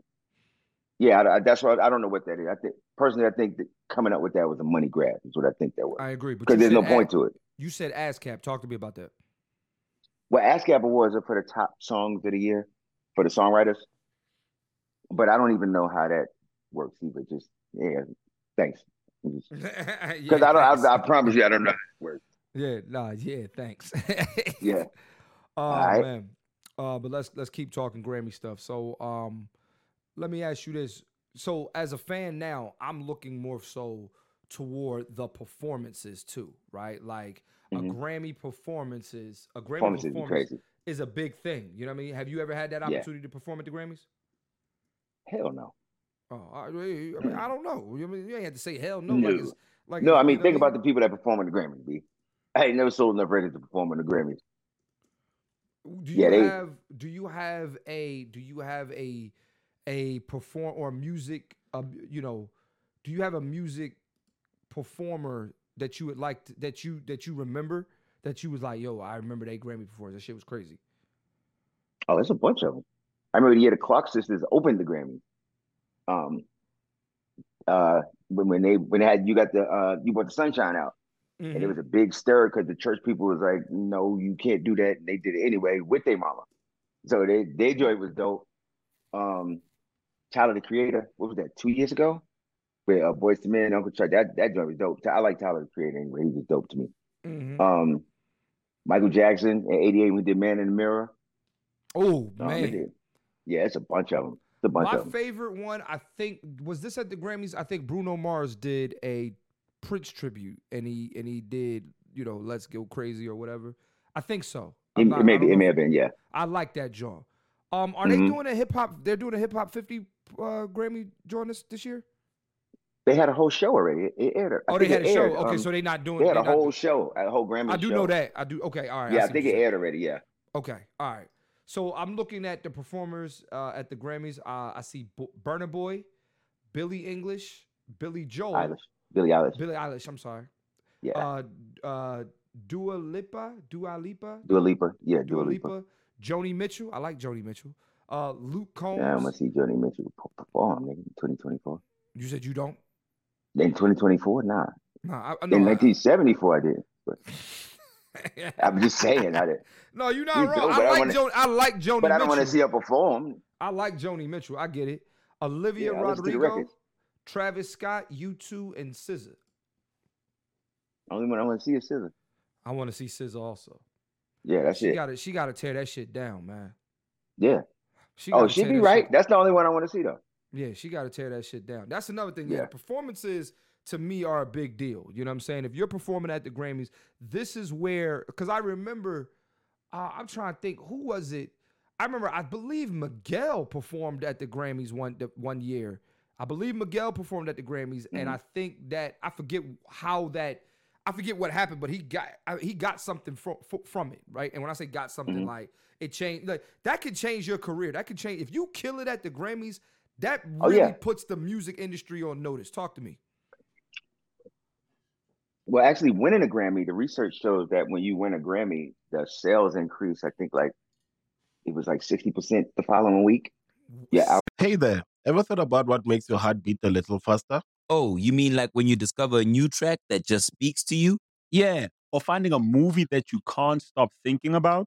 C: yeah, I, I- that's why I, don't know what that is. I think personally, I think that coming up with that was a money grab. Is what I think that was
B: I agree, but
C: because
B: you
C: there's no
B: said
C: point
B: A-
C: to it.
B: You said ASCAP. Talk to me about that.
C: Well, ASCAP awards are for the top songs of the year for the songwriters, but I don't even know how that works either. Just yeah, thanks. Because
B: Because
C: I don't. I, I promise you, I don't know. how it works.
B: yeah, nah, yeah, thanks.
C: Yeah.
B: Oh
C: Alright.
B: man. Uh, but let's let's keep talking Grammy stuff. So um, let me ask you this. So as a fan now, I'm looking more so toward the performances too, right? Like a
C: Mhm.
B: Grammy performances, a Grammy
C: Performances be
B: performance
C: crazy.
B: is a big thing. You know what I mean? Have you ever had that
C: Yeah.
B: opportunity to perform at the Grammys?
C: Hell no.
B: Oh, I, I mean, I don't know. You mean, you ain't have to say hell no.
C: No.
B: Like, it's, like
C: No,
B: it's-
C: I
B: you
C: mean
B: know
C: think
B: what
C: about the people that perform in the Grammys. B. I ain't never sold enough records to perform in the Grammys.
B: do you
C: Yeah, they-
B: have do you have a do you have a a perform or music uh, you know do you have a music performer that you would like to, that you that you remember that you was like yo I remember that Grammy performance that shit was crazy
C: Oh, there's a bunch of them. I remember the year the Clark Sisters opened the Grammy. Um, uh, when, when they when they had you got the uh you brought the sunshine out. and it
B: Mm-hmm.
C: was a big stir because the church people was like, "No, you can't do that." And they did it anyway with their mama. So they their joint was dope. Um, Tyler the Creator, what was that? Two years ago, with uh, Boys to Men, Uncle Chuck. That that joint was dope. I like Tyler the Creator anyway. He was dope to me.
B: Mhm.
C: Um, Michael Jackson in '88 we did Man in the Mirror.
B: oh
C: Um, it
B: man
C: did- yeah, it's a bunch of them. It's a bunch
B: my
C: of them.
B: favorite one I think was this at the Grammys I think Bruno Mars did a Prince tribute and he and he did you know let's go crazy or whatever I think so
C: It,
B: I'm
C: it
B: not- I
C: may
B: don't
C: be, it
B: know
C: may
B: if-
C: have been. Yeah,
B: I like that joint. Um, are they
C: Mhm.
B: doing a hip hop? They're doing a hip hop fifty uh, Grammy joint this, this year.
C: they had a whole show already. It, it aired. I
B: Oh, they
C: think
B: had
C: it
B: a show.
C: aired,
B: Okay,
C: um,
B: so they're not doing.
C: they had
B: they
C: a
B: not-
C: whole show, a whole Grammy.
B: I do
C: show.
B: know that. I do. Okay, all right.
C: Yeah, I
B: see
C: think
B: what you're
C: it
B: saying.
C: aired already. Yeah.
B: Okay, all right. So I'm looking at the performers uh, at the Grammys. Uh, I see B- Burna Boy, Billy English, Billy Joel,
C: Eilish, Billie Eilish.
B: Billy Eilish. I'm sorry.
C: Yeah,
B: Oh. Uh, uh, Dua Lipa, Dua Lipa,
C: Dua Lipa. Yeah, Dua,
B: Dua
C: Lipa.
B: Lipa, Joni Mitchell. I like Joni Mitchell. Uh, Luke Combs.
C: Yeah, I'm gonna see Joni Mitchell p- perform nigga, in 2024.
B: you said you don't.
C: In 2024, nah.
B: Nah, I, I
C: in
B: know. I-
C: 1974, I did. But I'm just saying. I, didn't-
B: no, you're
C: You
B: not
C: do,
B: wrong. I
C: but I
B: like,
C: wanna-
B: jo- I like Joni
C: but I don't want to
B: Mitchell.
C: see her perform.
B: I like Joni Mitchell. I get it. Olivia
C: Yeah, I listen to the
B: Rodrigo,
C: records.
B: Travis Scott, U2, and SZA.
C: Only one I want to see is Scissor.
B: I want to see SZA also.
C: Yeah, that's
B: she
C: it.
B: got She got to tear that shit down, man.
C: yeah.
B: She
C: Oh,
B: gotta
C: she
B: tear
C: be
B: that
C: right.
B: shit-
C: That's the only one I want to see though.
B: Yeah, she got to tear that shit down. That's another thing. Yeah.
C: Yeah.
B: the performances to me are a big deal. You know what I'm saying? If you're performing at the Grammys, this is where because I remember, uh, I'm trying to think who was it. I remember I believe Miguel performed at the Grammys one the, one year. I believe Miguel performed at the Grammys,
C: Mm-hmm.
B: and I think that I forget how that I forget what happened, but he got I, he got something from from it, right? And when I say got something,
C: Mm-hmm.
B: like it changed, like that could change your career. That could change if you kill it at the Grammys. That
C: Oh,
B: really
C: yeah.
B: puts the music industry on notice. Talk to me.
C: Well, actually, winning a Grammy, the research shows that when you win a Grammy, the sales increase. I think like it was like sixty percent the following week. Yeah, I-
E: Hey there, ever thought about what makes your heart beat a little faster?
F: Oh, you mean like when you discover a new track that just speaks to you?
G: Yeah, or finding a movie that you can't stop thinking about.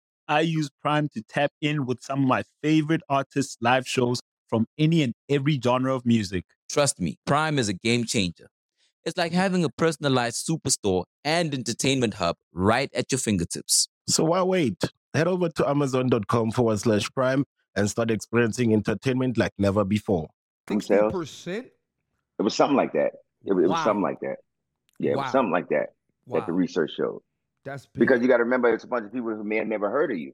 G: I use Prime to tap in with some of my favorite artists' live shows from any and every genre of music.
F: Trust me, Prime is a game changer. It's like having a personalized superstore and entertainment hub right at your fingertips.
E: So why wait? Head over to amazon.com forward slash prime and start experiencing entertainment like never before.
C: Who
B: Sixty
C: sells?
B: percent.
C: it was something like that. It, was- it
B: Wow.
C: was something like that. Yeah, it
B: Wow.
C: was something like that
B: Wow,
C: that the research showed.
B: that's big.
C: Because you got to remember, it's a bunch of people who may have never heard of you.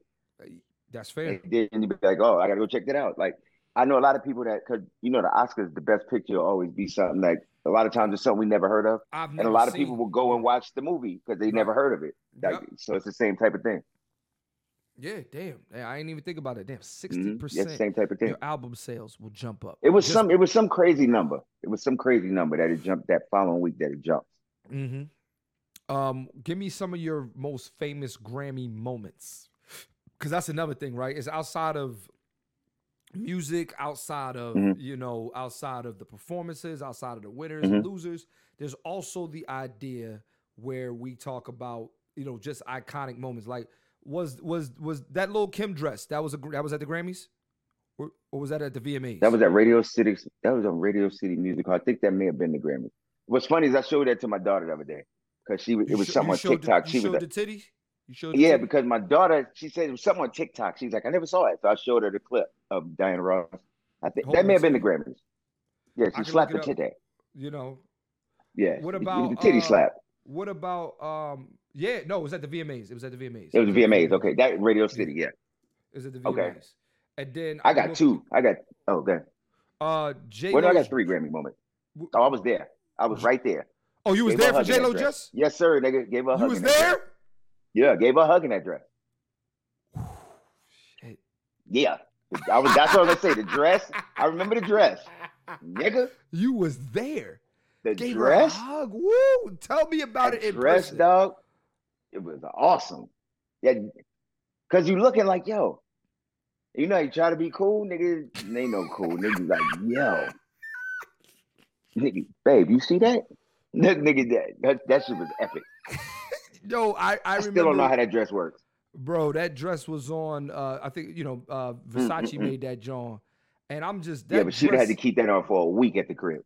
B: that's fair.
C: And then you'd be like, oh, I gotta go check that out. Like, I know a lot of people that, cause you know, the Oscars, the best picture will always be something like a lot of times it's something we never heard of,
B: I've
C: and a
B: never
C: lot of
B: seen-
C: people will go and watch the movie because they never heard of it. Like,
B: Yep.
C: so it's the same type of thing. Mm-hmm.
B: Yeah, damn. Yeah, I ain't even think about it. Damn, 60
C: Mhm. It's the
B: percent
C: same type of thing.
B: your album sales will jump up.
C: It was some, it was some crazy number. It was some crazy number that it jumped that following week that it jumped.
B: Mm-hmm. Um, give me some of your most famous Grammy moments, because that's another thing, right? It's outside of music, outside of
C: Mhm.
B: you know, outside of the performances, outside of the winners
C: Mhm.
B: and losers. There's also the idea where we talk about you know just iconic moments, like was was was that little Kim dress that was a gr- that was at the Grammys, or, or was that at the VMAs?
C: That was at Radio City. That was on Radio City Music Hall. I think that may have been the Grammy. What's funny is I showed that to my daughter the other day because she was,
B: You
C: it was
B: sho-
C: something
B: you
C: on
B: showed the-
C: TikTok.
B: you
C: she was
B: showed
C: like,
B: the titty. You showed the
C: Yeah,
B: titty?
C: because my daughter, she said it was something on TikTok. She's like, I never saw it. So I showed her the clip of Diana Ross. I think
B: Hold
C: that
B: on a
C: may have been the Grammys. Yeah,
B: can
C: she slapped her
B: look it up.
C: titty.
B: you know
C: Yeah.
B: What
C: it was
B: about,
C: the titty
B: uh,
C: slap?
B: What about um yeah, no, it was at the VMAs. It was at the VMAs.
C: It was
B: at
C: VMAs. Okay, that Radio City. Yeah,
B: It was at the VMAs.
C: Okay.
B: And then
C: I got
B: look-
C: two. I got oh, okay.
B: Uh J
C: Well, no, I got three Grammy moments. Oh, I was there. I was right there.
B: Oh, you was
C: Gave
B: there
C: her a
B: for
C: hug in
B: J
C: that
B: Lo
C: dress.
B: just?
C: Yes, sir. Nigga gave her. A
B: You
C: hug
B: was
C: in that dress.
B: there?
C: Yeah, gave her a hug in that dress.
B: Shit.
C: Yeah, I was. That's what I was gonna say. The dress. I remember the dress, nigga.
B: You was there.
C: The
B: Gave
C: dress.
B: her a hug. Woo! Tell me about
C: that
B: it in
C: dress,
B: person.
C: dog. It was awesome. Yeah, cause you looking like yo. You know, you try to be cool, nigga. Ain't no cool, nigga. Like yo, nigga, babe, you see that? That nigga, that that, that shit was epic.
B: No, I, I
C: I,
B: remember
C: still don't know how that dress works.
B: bro that dress was on uh i think you know uh versace
C: mm.
B: made that john and i'm just that
C: yeah, but she would
B: dress,
C: have had to keep that on for a week at the crib.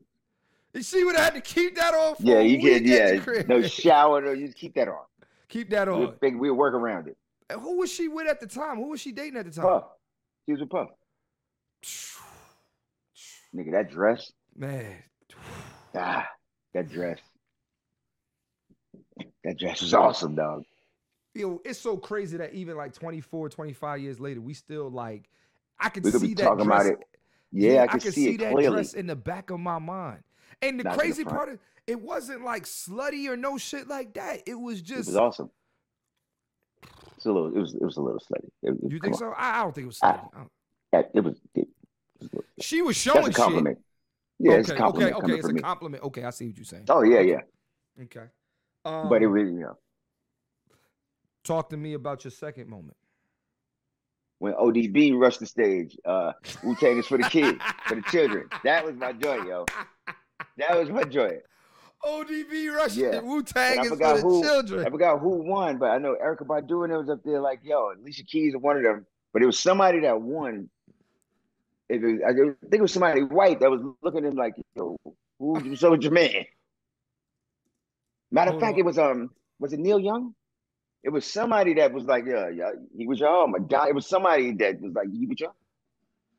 B: she would have had to keep that on for
C: Yeah,
B: a
C: you
B: week
C: can't.
B: at the
C: Yeah,
B: crib.
C: no shower. No, you just keep that on.
B: keep that
C: We
B: on
C: think we'll work around it.
B: And who was she with at the time who was she dating at the time
C: Puff. She was with Puff. Nigga, that dress.
B: man
C: Ah, that dress. That dress was awesome, dog.
B: yo it's so crazy that even like 24 25 years later we still like i can
C: We could
B: see
C: be
B: that
C: talking
B: dress,
C: about it. Yeah, I, can see, it
B: that
C: clearly.
B: dress in the back of my mind and the
C: Not in the
B: crazy
C: front.
B: part is it wasn't like slutty or no shit like that it was
C: It
B: just
C: was awesome. It's a little. It was. It was a little slutty. It, it-
B: You
C: come
B: think
C: on.
B: so? I, I don't think it was.
C: I-
B: slutty. I don't-
C: Yeah, it was. It, was a little-
B: She was
C: that's
B: showing
C: a
B: shit.
C: compliment. Yeah,
B: okay,
C: it's a
B: okay,
C: compliment
B: okay,
C: coming
B: it's
C: from
B: a
C: me.
B: compliment. Okay, I see what you're saying.
C: oh yeah, yeah.
B: Okay. Um,
C: but it was. You know,
B: talk to me about your second moment.
C: when ODB rushed the stage, uh, Wu Tang is for the kids, for the children. That was my joy, yo. That was my joy.
B: ODB rushing
C: Yeah.
B: Wu
C: And
B: Tang
C: I
B: is for
C: forgot
B: the
C: who- I
B: children.
C: forgot who won, but I know Erica Badu and it was up there like, yo, Alicia Keys is one of them. But it was somebody that won. It was, I think it was somebody white that was looking at him like, yo, who's your- so who's your man? Matter of
B: Hold
C: fact,
B: on.
C: it was um, was it Neil Young? It was somebody that was like, yeah, yeah, he was y'all, my God. It was somebody that was like, he was y'all.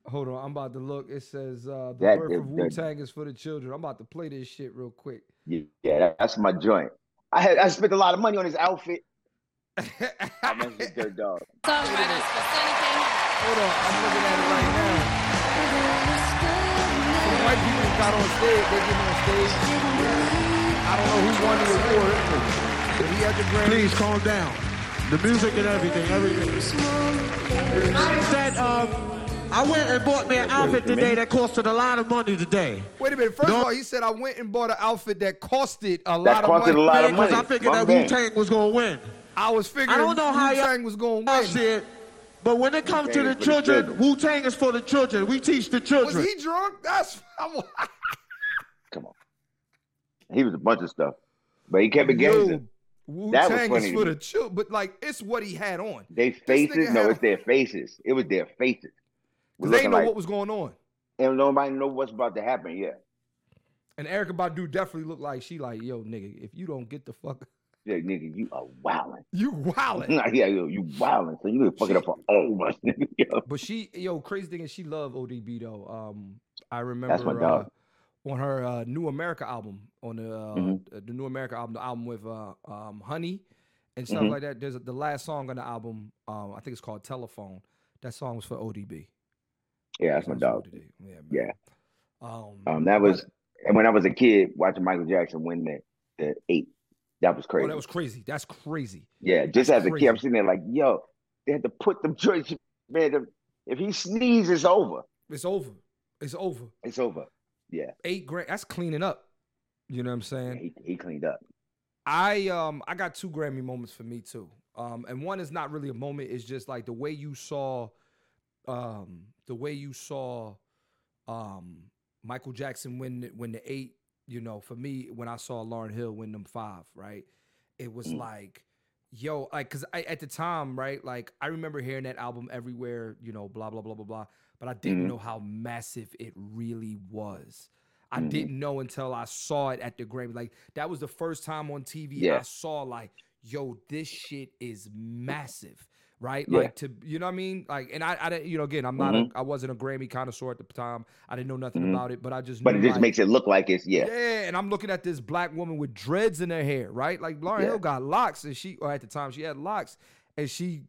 B: Hold on, I'm about to look. It says uh, the
C: That
B: birth
C: is
B: of
C: good.
B: Wu Tang is for the children. I'm about to play this shit real quick.
C: Yeah, yeah, that- that's my joint. I had I spent a lot of money on his outfit. I
B: Hold on, I'm
C: mentioned
B: looking
C: Dirt Dog.
B: at it right now. The white people that got on stage, they get on stage. I don't know who won the award, but he had the Grammy.
H: Please calm down. The music and everything, everything. I said, um, I went and bought me an outfit today that costed a lot of money today.
B: Wait a minute. First of
H: No.
B: all, he said I went and bought an outfit that costed a lot
C: That
B: of
C: costed
B: money.
C: a lot of
H: Because
C: money.
H: I figured
C: My
H: that Wu
C: man.
H: Tang was gonna win.
B: I was figuring
H: I don't know how
B: Wu
H: y'all-
B: Tang was going to
H: I
B: win.
H: said, but when it comes to
C: Wu-Tang
H: the
C: is for the
H: children,
C: children.
H: Wu Tang is for the children. We teach the
B: Was
H: children.
B: he drunk? That's I'm,
C: Come on. He was a bunch of stuff. But he kept it
B: yo.
C: gangster.
B: Wu
C: That was
B: Tang
C: funny
B: is
C: to
B: for
C: me.
B: the chill, but like it's what he had on.
C: They
B: nigga
C: faces. No,
B: had-
C: it's their faces. It was their faces. We're
B: Cause they
C: looking
B: didn't know
C: like,
B: what was going on.
C: and nobody know what's about to happen. Yeah.
B: And Erica Badu definitely looked like she like, yo, nigga, if you don't get the fuck,
C: Yeah, nigga, you are wildin'.
B: you wildin'.
C: Nah, yeah, yo, you wildin'. So you gonna fuck it up for all of us, nigga. Yo.
B: But she, yo, crazy thing is she loved ODB though. Um, I remember
C: my dog.
B: Uh, on her uh, New America album, on the uh,
C: Mhm.
B: the New America album, the album with uh, um, Honey and stuff
C: Mhm.
B: like that. There's a, the last song on the album. Um, I think it's called Telephone. That song was for ODB.
C: Yeah,
B: That
C: that's my
B: song was for
C: dog.
B: ODB. Yeah, man.
C: Yeah.
B: Um,
C: Um, that
B: but-
C: was and when I was a kid watching Michael Jackson win the, the eight. That was
B: oh,
C: crazy.
B: that was crazy. That's crazy.
C: Yeah, just
B: That's
C: as a kid, I'm
B: crazy.
C: sitting there like, yo, they had to put them joints, man. them- If he sneezes, it's over.
B: It's over. It's over.
C: It's over.
B: Eight grand. That's cleaning up. You know what I'm saying?
C: He, he cleaned up.
B: I um I got two Grammy moments for me too. Um and one is not really a moment, it's just like the way you saw um the way you saw um Michael Jackson win the- win the 8, you know, for me when I saw Lauren Hill win them 5, right? It was
C: Mm.
B: like yo, like cuz I at the time, right? Like I remember hearing that album everywhere, you know, blah blah blah blah blah, but I didn't
C: Mhm.
B: know how massive it really was. I
C: Mhm.
B: didn't know until I saw it at the Grammy. Like that was the first time on TV I
C: Yeah.
B: saw like, yo, this shit is massive, right?
C: Yeah. Mm-hmm.
B: Like to you know what I mean? Like, and I, I didn't, you know, again, I'm not, a, I wasn't a Grammy connoisseur at the time. I didn't know nothing
C: Mhm.
B: about it, but I just,
C: But
B: knew,
C: it just
B: like,
C: makes it look like it's yeah.
B: and I'm looking at this black woman with dreads in her hair, right? Like Lauren
C: Yeah.
B: Hill got locks, and she, or at the time she had locks, and she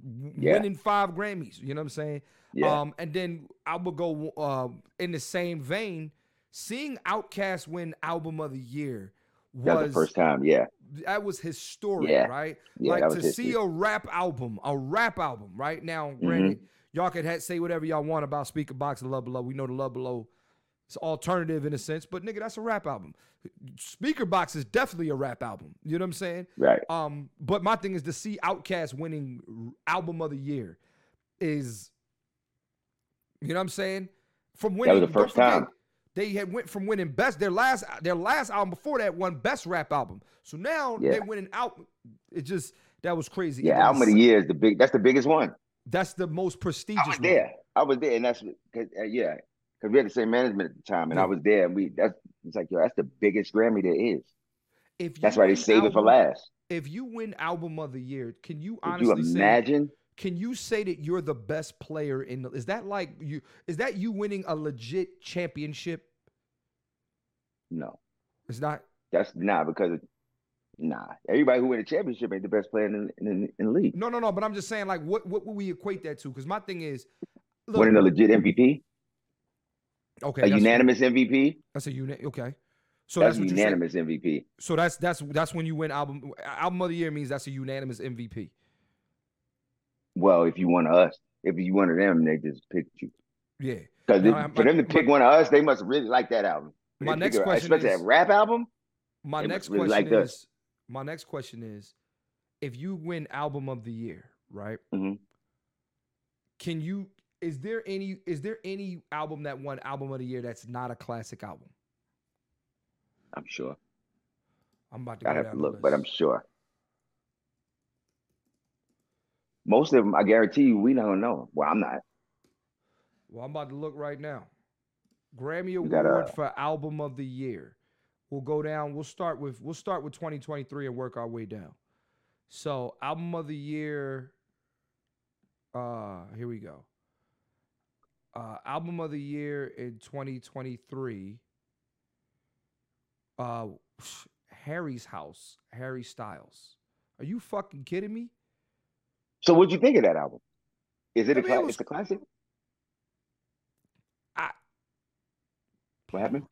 B: w-
C: Yeah.
B: winning five Grammys. You know what I'm saying?
C: Yeah.
B: Um, and then I would go uh, in the same vein, seeing Outkast win Album of the Year
C: that was the
B: was
C: first time. Yeah.
B: that was historic,
C: Yeah.
B: right?
C: Yeah,
B: like
C: that was
B: to see
C: history. Mm-hmm.
B: a rap album, a rap album, right? Now, granted, y'all could ha- say whatever y'all want about Speaker Box and Love Below. We know the Love Below is alternative in a sense, but nigga, that's a rap album. Speaker Box is definitely a rap album. You know what I'm saying?
C: Right.
B: Um, but my thing is to see Outkast winning r- album of the year is, you know what I'm saying? From winning,
C: the
B: don't
C: first
B: forget,
C: time.
B: They had went from winning best their last their last album before that won best rap album. So now
C: Yeah.
B: they're winning out. It just that was crazy.
C: Yeah.
B: And then
C: Album of the
B: s-
C: year is the big. That's the biggest one.
B: That's the most prestigious.
C: I was
B: one.
C: there. I was there, and that's cause, uh, yeah. Because we had the same management at the time, and I
B: Yeah.
C: was there, and we that's it's like yo, that's the biggest Grammy there is.
B: If you
C: That's why they
B: win
C: save it for
B: album-
C: last.
B: If you win album of the year, can you
C: Could
B: honestly
C: you
B: say
C: imagine?
B: can you say that you're the best player in the is that like you is that you winning a legit championship
C: No,
B: it's not
C: that's nah because nah. Everybody who win a championship ain't the best player in in, in, the league.
B: no no no but i'm just saying like what what would we equate that to because my thing is look,
C: Winning a legit MVP,
B: okay
C: a
B: that's-
C: unanimous MVP.
B: that's a unit okay so that's,
C: That's a
B: what you said.
C: unanimous MVP.
B: so that's that's that's when you win album album of the year means that's a unanimous mvp
C: Well, if you one of us, if you one of them, they just picked you.
B: Yeah.
C: Because
B: No, I-
C: for them to
B: my-
C: pick one of us, they must really like that album. They
B: My next
C: figure-
B: question
C: especially
B: is-
C: that rap album.
B: My
C: They must
B: next
C: really
B: question
C: like
B: is
C: us.
B: my next question is if you win album of the year, right?
C: Mhm.
B: Can you is there any is there any album that won album of the year that's not a classic album?
C: I'm sure.
B: I'm about to go
C: I'd have
B: down
C: to
B: the
C: look, but I'm
B: list.
C: sure. Most of them, I guarantee you, we don't know. Well, I'm not.
B: Well, I'm about to look right now. Grammy Award
C: got a-
B: for album of the year. We'll go down. We'll start with we'll start with 2023 and work our way down. So, album of the year uh here we go. Uh album of the year in 2023 uh Harry's House, Harry Styles. Are you fucking kidding me?
C: So, what'd you think of that album? Is it
B: I
C: a
B: mean, it
C: cla-
B: was-
C: it's a classic?
B: I-
C: What happened?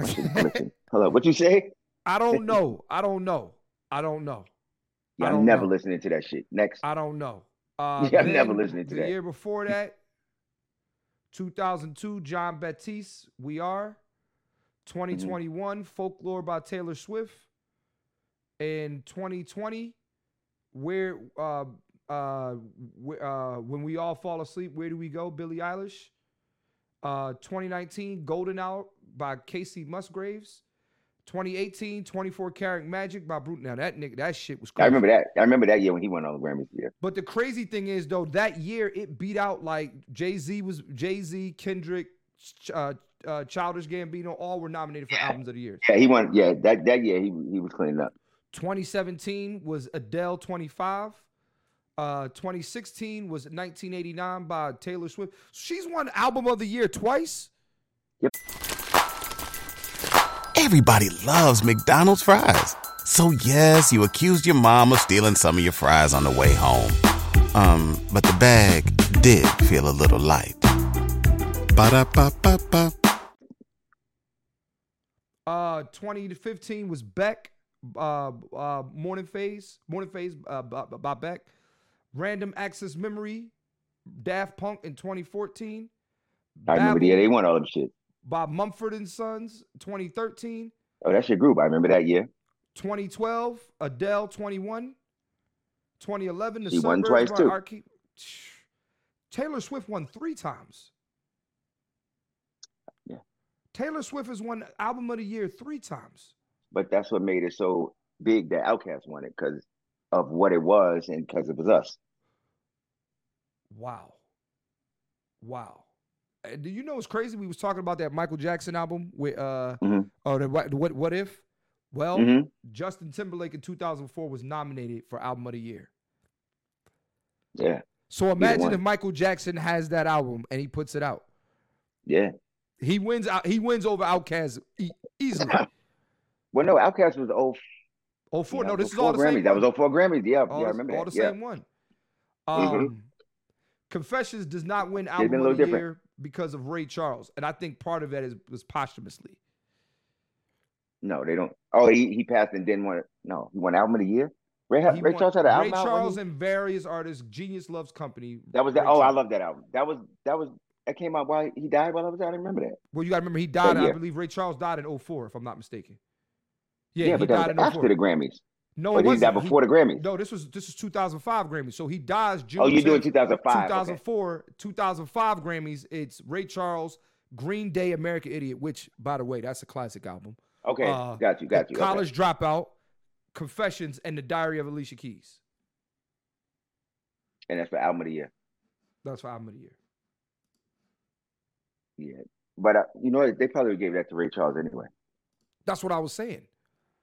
C: My shit is glitching. Hello, what you say?
B: I don't know. I don't know. I don't know. I
C: Yeah,
B: don't
C: I'm never
B: know.
C: listening to that shit. Next,
B: I don't know. Uh,
C: Yeah, I'm never
B: then
C: listening to
B: the
C: that.
B: year before that, 2002, John Baptiste, We Are.
C: Mm-hmm.
B: 2021, Folklore by Taylor Swift. In 2020, where uh, uh, wh- uh, when we all fall asleep, where do we go? Billie Eilish. Uh, 2019, Golden Hour by Casey Musgraves. 2018, 24 Karat Magic by Brute. Now that nigga, that shit was crazy.
C: I remember that. I remember that year when he won all the Grammys. Yeah,
B: But the crazy thing is though, that year it beat out like Jay Z was Jay Z, Kendrick, Ch- uh, uh, Childish Gambino, all were nominated for albums of the year.
C: yeah, he won. Yeah, that that year he he was cleaning up.
B: 2017 was Adele 25. Uh, 2016 was 1989 by Taylor Swift. She's won album of the year twice.
A: Everybody loves McDonald's fries. So yes, you accused your mom of stealing some of your fries on the way home. Um, but the bag did feel a little light. Ba-da-ba-ba-ba.
B: Uh, 2015 was Beck, uh, uh, Morning Phase, Morning Phase uh, by, by Beck. Random Access Memory, Daft Punk in 2014.
C: I remember.
B: Babel
C: Yeah, they won all them shit.
B: by Mumford and Sons, 2013.
C: Oh, that's your group. I remember that year.
B: 2012, Adele 21. 2011, the
C: She won
B: Sunbirds
C: twice,
B: by
C: too.
B: Archie. Taylor Swift won three times.
C: Yeah.
B: Taylor Swift has won Album of the Year three times.
C: But that's what made it so big that Outkast won it because of what it was and because it was us.
B: Wow. Wow. Uh, Do you know what's crazy? We was talking about that Michael Jackson album with uh
C: Mhm.
B: oh the what, what what if? Well,
C: Mhm.
B: Justin Timberlake in 2004 was nominated for album of the year.
C: Yeah,
B: So imagine
C: one.
B: if Michael Jackson has that album and he puts it out.
C: yeah.
B: He wins out. He wins over Outkast e- easily.
C: Well, no, Outkast was oh
B: Oh four.
C: yeah,
B: No,
C: it was
B: this is all the
C: four Grammys.
B: same.
C: That
B: one.
C: was oh four Grammys. Yeah,
B: all
C: yeah, I
B: the-
C: remember
B: all
C: that.
B: the
C: yeah.
B: same one. Um,
C: Mhm.
B: Confessions does not win
C: been a
B: album of the
C: little different.
B: year because of Ray Charles, and I think part of that is was posthumously.
C: No, they don't. Oh, he, he passed and didn't want it. No, he won album of the year. Ray,
B: He
C: Ray
B: won-
C: Charles had an album.
B: Ray
C: out when
B: Charles
C: he-
B: and various artists. Genius Loves Company.
C: that was that.
B: Ray
C: Oh, I
B: Charles.
C: love that album. That was that was that came out while he died. While I was out, I remember that.
B: Well, you got to remember he died. I
C: year.
B: believe Ray Charles died in 04, if I'm not mistaken. Yeah,
C: Yeah,
B: he
C: but
B: died
C: that was
B: in 04.
C: after the Grammys.
B: no,
C: Or
B: it
C: did he die
B: wasn't.
C: before the Grammys?
B: No, this was this is 2005 Grammys. So he dies June.
C: Oh, you're doing
B: 10th,
C: 2005, okay.
B: 2004, 2005 Grammys. It's Ray Charles, Green Day, American Idiot, which, by the way, that's a classic album.
C: Okay,
B: Uh,
C: got you,
B: The
C: got you. okay.
B: College Dropout, Confessions, and The Diary of Alicia Keys.
C: And that's for album of the year.
B: That's for album of the year.
C: Yeah, but uh, you know what? They probably gave that to Ray Charles anyway.
B: That's what I was saying.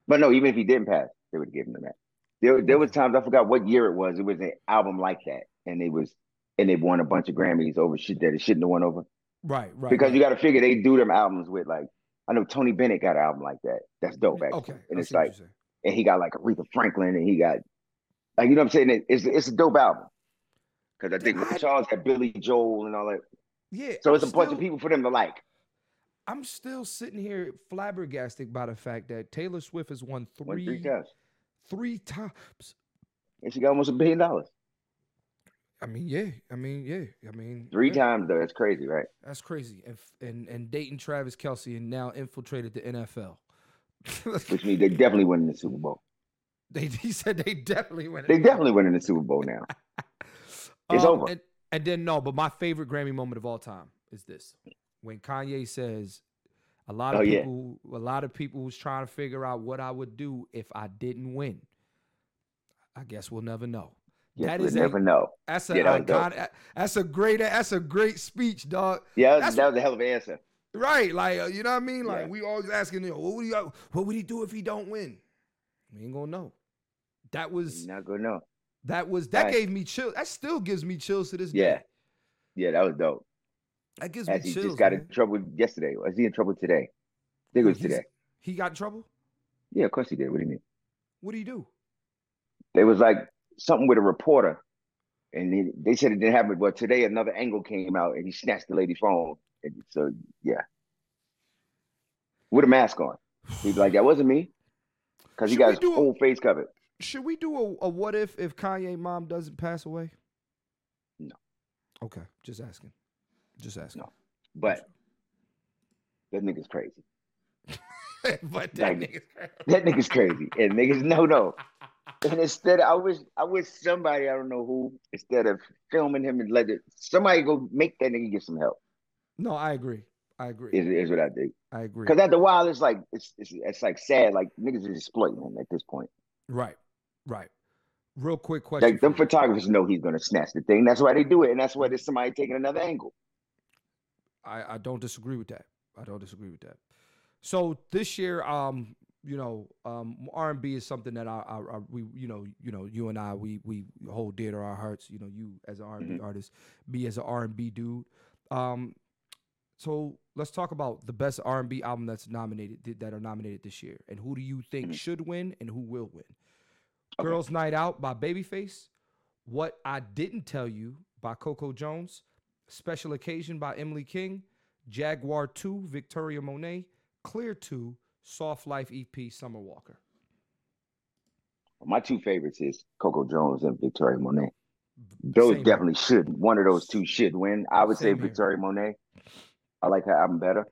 C: But no, even if he didn't pass, they would have given him that. There, there was times I forgot what year it was. It was an album like that, and it was, and they won a bunch of Grammys over shit that it shouldn't have won over.
B: Right, right.
C: because you
B: right.
C: got to figure they do them albums with like I know Tony Bennett got an album like that. That's dope, actually.
B: Okay.
C: and
B: I
C: it's
B: see what
C: like,
B: you're saying.
C: and he got like Aretha Franklin, and he got like you know what I'm saying. It- It's it's a dope album because I think Ray
B: I-
C: Charles had Billy Joel and all that.
B: yeah.
C: So
B: I'm
C: it's a bunch
B: still-
C: of people for them to like.
B: I'm still sitting here flabbergasted by the fact that Taylor Swift has won
C: Won
B: three,
C: three times,
B: three times.
C: and she got almost a billion dollars.
B: I mean, yeah. I mean, yeah. I mean,
C: Three
B: yeah.
C: times though, that's crazy, right?
B: That's crazy. And f- and and Dayton Travis Kelsey and now infiltrated the NFL.
C: Which means they definitely winning the Super Bowl.
B: they he said they definitely went.
C: They definitely winning the Super Bowl now. it's over.
B: Um, And, and then no, but my favorite Grammy moment of all time is this when Kanye says, "A lot of
C: Oh, yeah.
B: people, a lot of people was trying to figure out what I would do if I didn't win." I guess we'll never know.
C: Yes,
B: that
C: we'll
B: is a-
C: never know.
B: That's a
C: Yeah, that was dope.
B: iconic- that's a great that's a great speech, dog.
C: Yeah, that
B: That's-
C: was, that was a hell of an answer.
B: Right, like uh, you know what I mean. Like
C: Yeah.
B: we always asking, you know, what would he uh, what would he do if he don't win? We ain't gonna know. That was
C: You're not gonna know.
B: that was that
C: Right.
B: gave me chill. That still gives me chills to this
C: Yeah.
B: day.
C: Yeah, that was dope.
B: That gives
C: As
B: me
C: he
B: chills.
C: just got
B: man.
C: in trouble yesterday. Was he in trouble today? I think it was
B: He's-
C: today.
B: He got in trouble.
C: Yeah, of course he did. What do you mean?
B: What do you do?
C: It was like something with a reporter, and he, they said it didn't happen. But today another angle came out, and he snatched the lady's phone. And so yeah, with a mask on, he was like, "That wasn't me," because he
B: Should we
C: got his
B: do a-
C: whole face covered.
B: Should we do a, a what if if Kanye mom doesn't pass away?
C: No.
B: Okay, just asking. Just asking.
C: No. But that nigga's crazy.
B: but that
C: Like-
B: nigga.
C: That nigga's crazy, and niggas no no. And instead, I wish I wish somebody I don't know who instead of filming him and let it somebody go make that nigga get some help.
B: No, I agree. I agree.
C: Is is what I think.
B: I agree.
C: Because after a while, it's like it's, it's it's like sad. Like niggas is exploiting him at this point.
B: Right. Right. Real quick question.
C: Like them
B: for you.
C: photographers know he's gonna snatch the thing. That's why they do it, and that's why there's somebody taking another angle.
B: I, I don't disagree with that. I don't disagree with that. So this year, um, you know, um, R and B is something that I, I, I, we, you know, you know, you and I, we, we hold dear to our hearts. You know, you as an R and B artist, me as an R and B dude. Um, so let's talk about the best R and B album that's nominated th- that are nominated this year, and who do you think should win and who will win?
C: Okay.
B: Girls' Night Out by Babyface, What I Didn't Tell You by Coco Jones, Special Occasion by Emily King, Jaguar 2, Victoria Monet, Clear 2, Soft Life EP, Summer Walker.
C: My two favorites is Coco Jones and Victoria Monet. Those
B: Same here.
C: definitely should. One of those two should win. I would
B: Same
C: say
B: here.
C: Victoria Monet. I like her album better.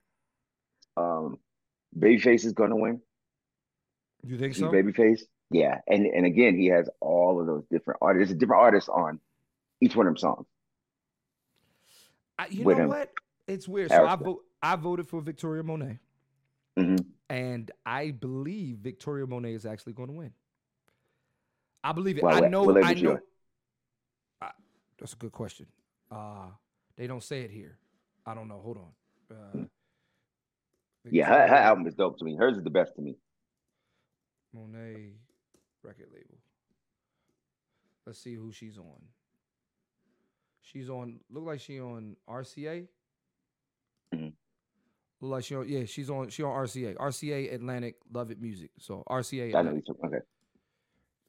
C: Um, Babyface is gonna win.
B: You think
C: She's
B: so?
C: Babyface. Yeah, and and again, he has all of those different artists. There's a different artist on each one of them songs.
B: I, you
C: with
B: know
C: him.
B: what? It's weird. So I,
C: Harrison.
B: vo- I voted for Victoria Monet,
C: hmm
B: and I believe Victoria Monet is actually going to win. I believe it.
C: Why
B: I
C: would-
B: know.
C: will they
B: I
C: be
B: know.
C: sure?
B: I, that's a good question. Uh, they don't say it here. I don't know. Hold on. Uh,
C: Yeah, her, her
B: Victoria-
C: album is dope to me. Hers is the best to me.
B: Monet record label. Let's see who she's on. She's on. Look like she on RCA.
C: Mhm.
B: Look like she on. Yeah, she's on. She on RCA. RCA Atlantic Love It Music. So RCA.
C: I know
B: Atlantic.
C: you took okay.
B: I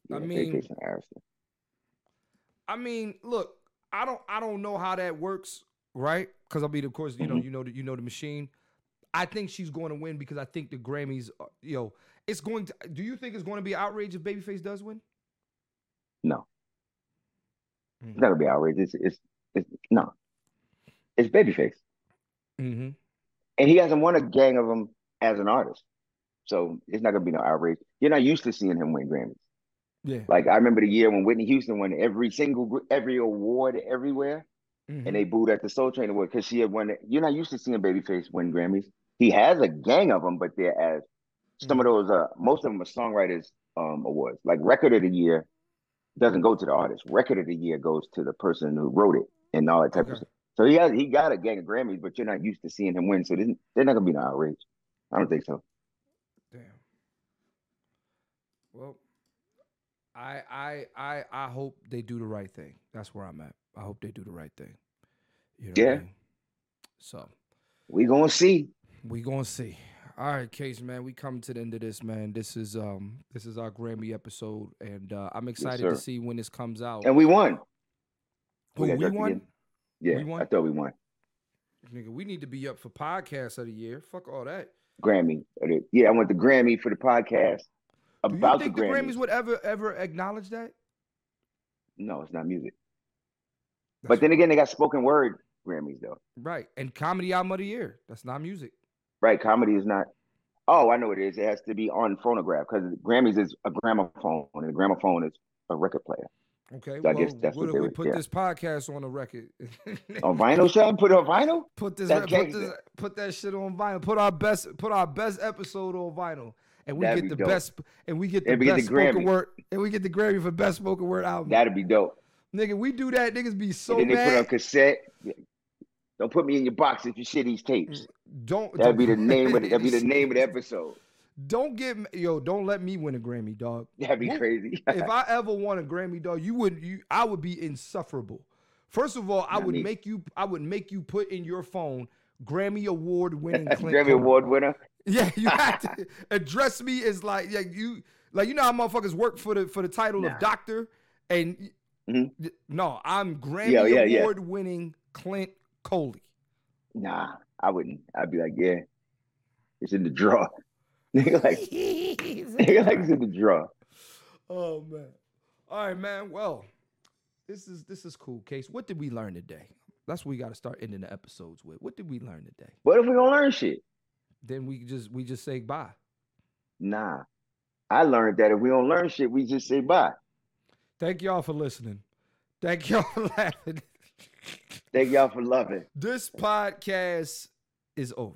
C: Yeah, Babyface
B: mean-
C: and Harrison.
B: I mean, look, I don't I don't know how that works, right? Because I mean, of course, you know, you know, the, you know the machine. I think she's going to win because I think the Grammys, are- you know, it's going to. Do you think it's going to be outrage if Babyface does win?
C: No,
B: Mhm.
C: it's not gonna be outrageous. It's, it's it's no, it's Babyface,
B: Mm-hmm.
C: and he hasn't won a gang of them as an artist, so it's not gonna be no outrage. You're not used to seeing him win Grammys.
B: Yeah.
C: Like I remember the year when Whitney Houston won every single gr- every award everywhere,
B: Mhm.
C: and they booed at the Soul Train Award because she had won. it. You're not used to seeing Babyface win Grammys. He has a gang of them, but they're as some of those. Uh, most of them are songwriters um, awards. Like Record of the Year doesn't go to the artist. Record of the Year goes to the person who wrote it and all that type of
B: Okay.
C: stuff. So he has, he got a gang of Grammys, but you're not used to seeing him win. So there's- they're not gonna be no outrage. I don't think so.
B: Damn. Well, I I I I hope they do the right thing. That's where I'm at. I hope they do the right thing. You know what I
C: Yeah.
B: mean? So.
C: We gonna see.
B: We gonna see. All right, Case, man. We come to the end of this, man. This is um, this is our Grammy episode, and uh, I'm excited to
C: sir.
B: see when this comes out.
C: And we won.
B: Who,
C: we got
B: we
C: drafted
B: won,
C: again. Yeah,
B: We won?
C: I thought we won
B: nigga. We need to be up for podcast of the year. Fuck all that.
C: Grammy. Yeah, I want the Grammy for the podcast
B: Do you
C: about
B: think
C: the
B: the
C: Grammys.
B: Grammys would ever ever acknowledge that?
C: No, it's not music. But then again, they got spoken word Grammys though.
B: Right. And comedy album of the year. That's not music.
C: Right, comedy is not. Oh, I know what it is. It has to be on phonograph because Grammys is a gramophone, and a gramophone is a record player.
B: Okay.
C: So
B: well,
C: I guess that's
B: what
C: what
B: if
C: they
B: we
C: would-
B: put
C: yeah.
B: this podcast on a record?
C: On vinyl, Sean, put it on vinyl.
B: put this,
C: That
B: re- put
C: can't-
B: this put that shit on vinyl. Put our best put our best episode on vinyl. And we
C: That'd
B: get
C: be
B: the
C: dope.
B: best and we get the
C: And we get
B: best
C: the
B: spoken
C: Grammy.
B: word and we get the Grammy for best spoken word album.
C: That'd be dope.
B: Nigga, we do that, niggas be so
C: and then they put on
B: mad.
C: cassette. Don't put me in your box if you share these tapes.
B: Don't
C: That'd be the
B: Mm, don't-
C: name of the, that'd be the name of the episode.
B: Don't get m- yo, don't let me win a Grammy, dog.
C: That'd be
B: What-
C: crazy.
B: if I ever won a Grammy, dog, you would you I would be insufferable. First of all, I
C: Not
B: would
C: me.
B: make you I would make you put in your phone Grammy Award winning Clint
C: Grammy
B: Carter.
C: Award winner.
B: Yeah, you have to address me as like yeah, you like you know how motherfuckers work for the for the title
C: Nah.
B: of doctor and y-
C: Mhm.
B: y- no, I'm Grammy
C: Yeah, yeah, yeah.
B: Award winning Clint Coley.
C: Nah, I wouldn't. I'd be like, yeah, it's in the drawer. Nigga like, nigga like it's in the drawer.
B: Oh man. All right, man. Well, this is this is cool, Case. What did we learn today? That's what we got to start ending the episodes with. What did we learn today?
C: What if we gonna learn shit?
B: Then we just we just say bye.
C: Nah, I learned that if we don't learn shit, we just say bye.
B: Thank y'all for listening. Thank y'all for laughing.
C: Thank y'all for loving.
B: this podcast is over.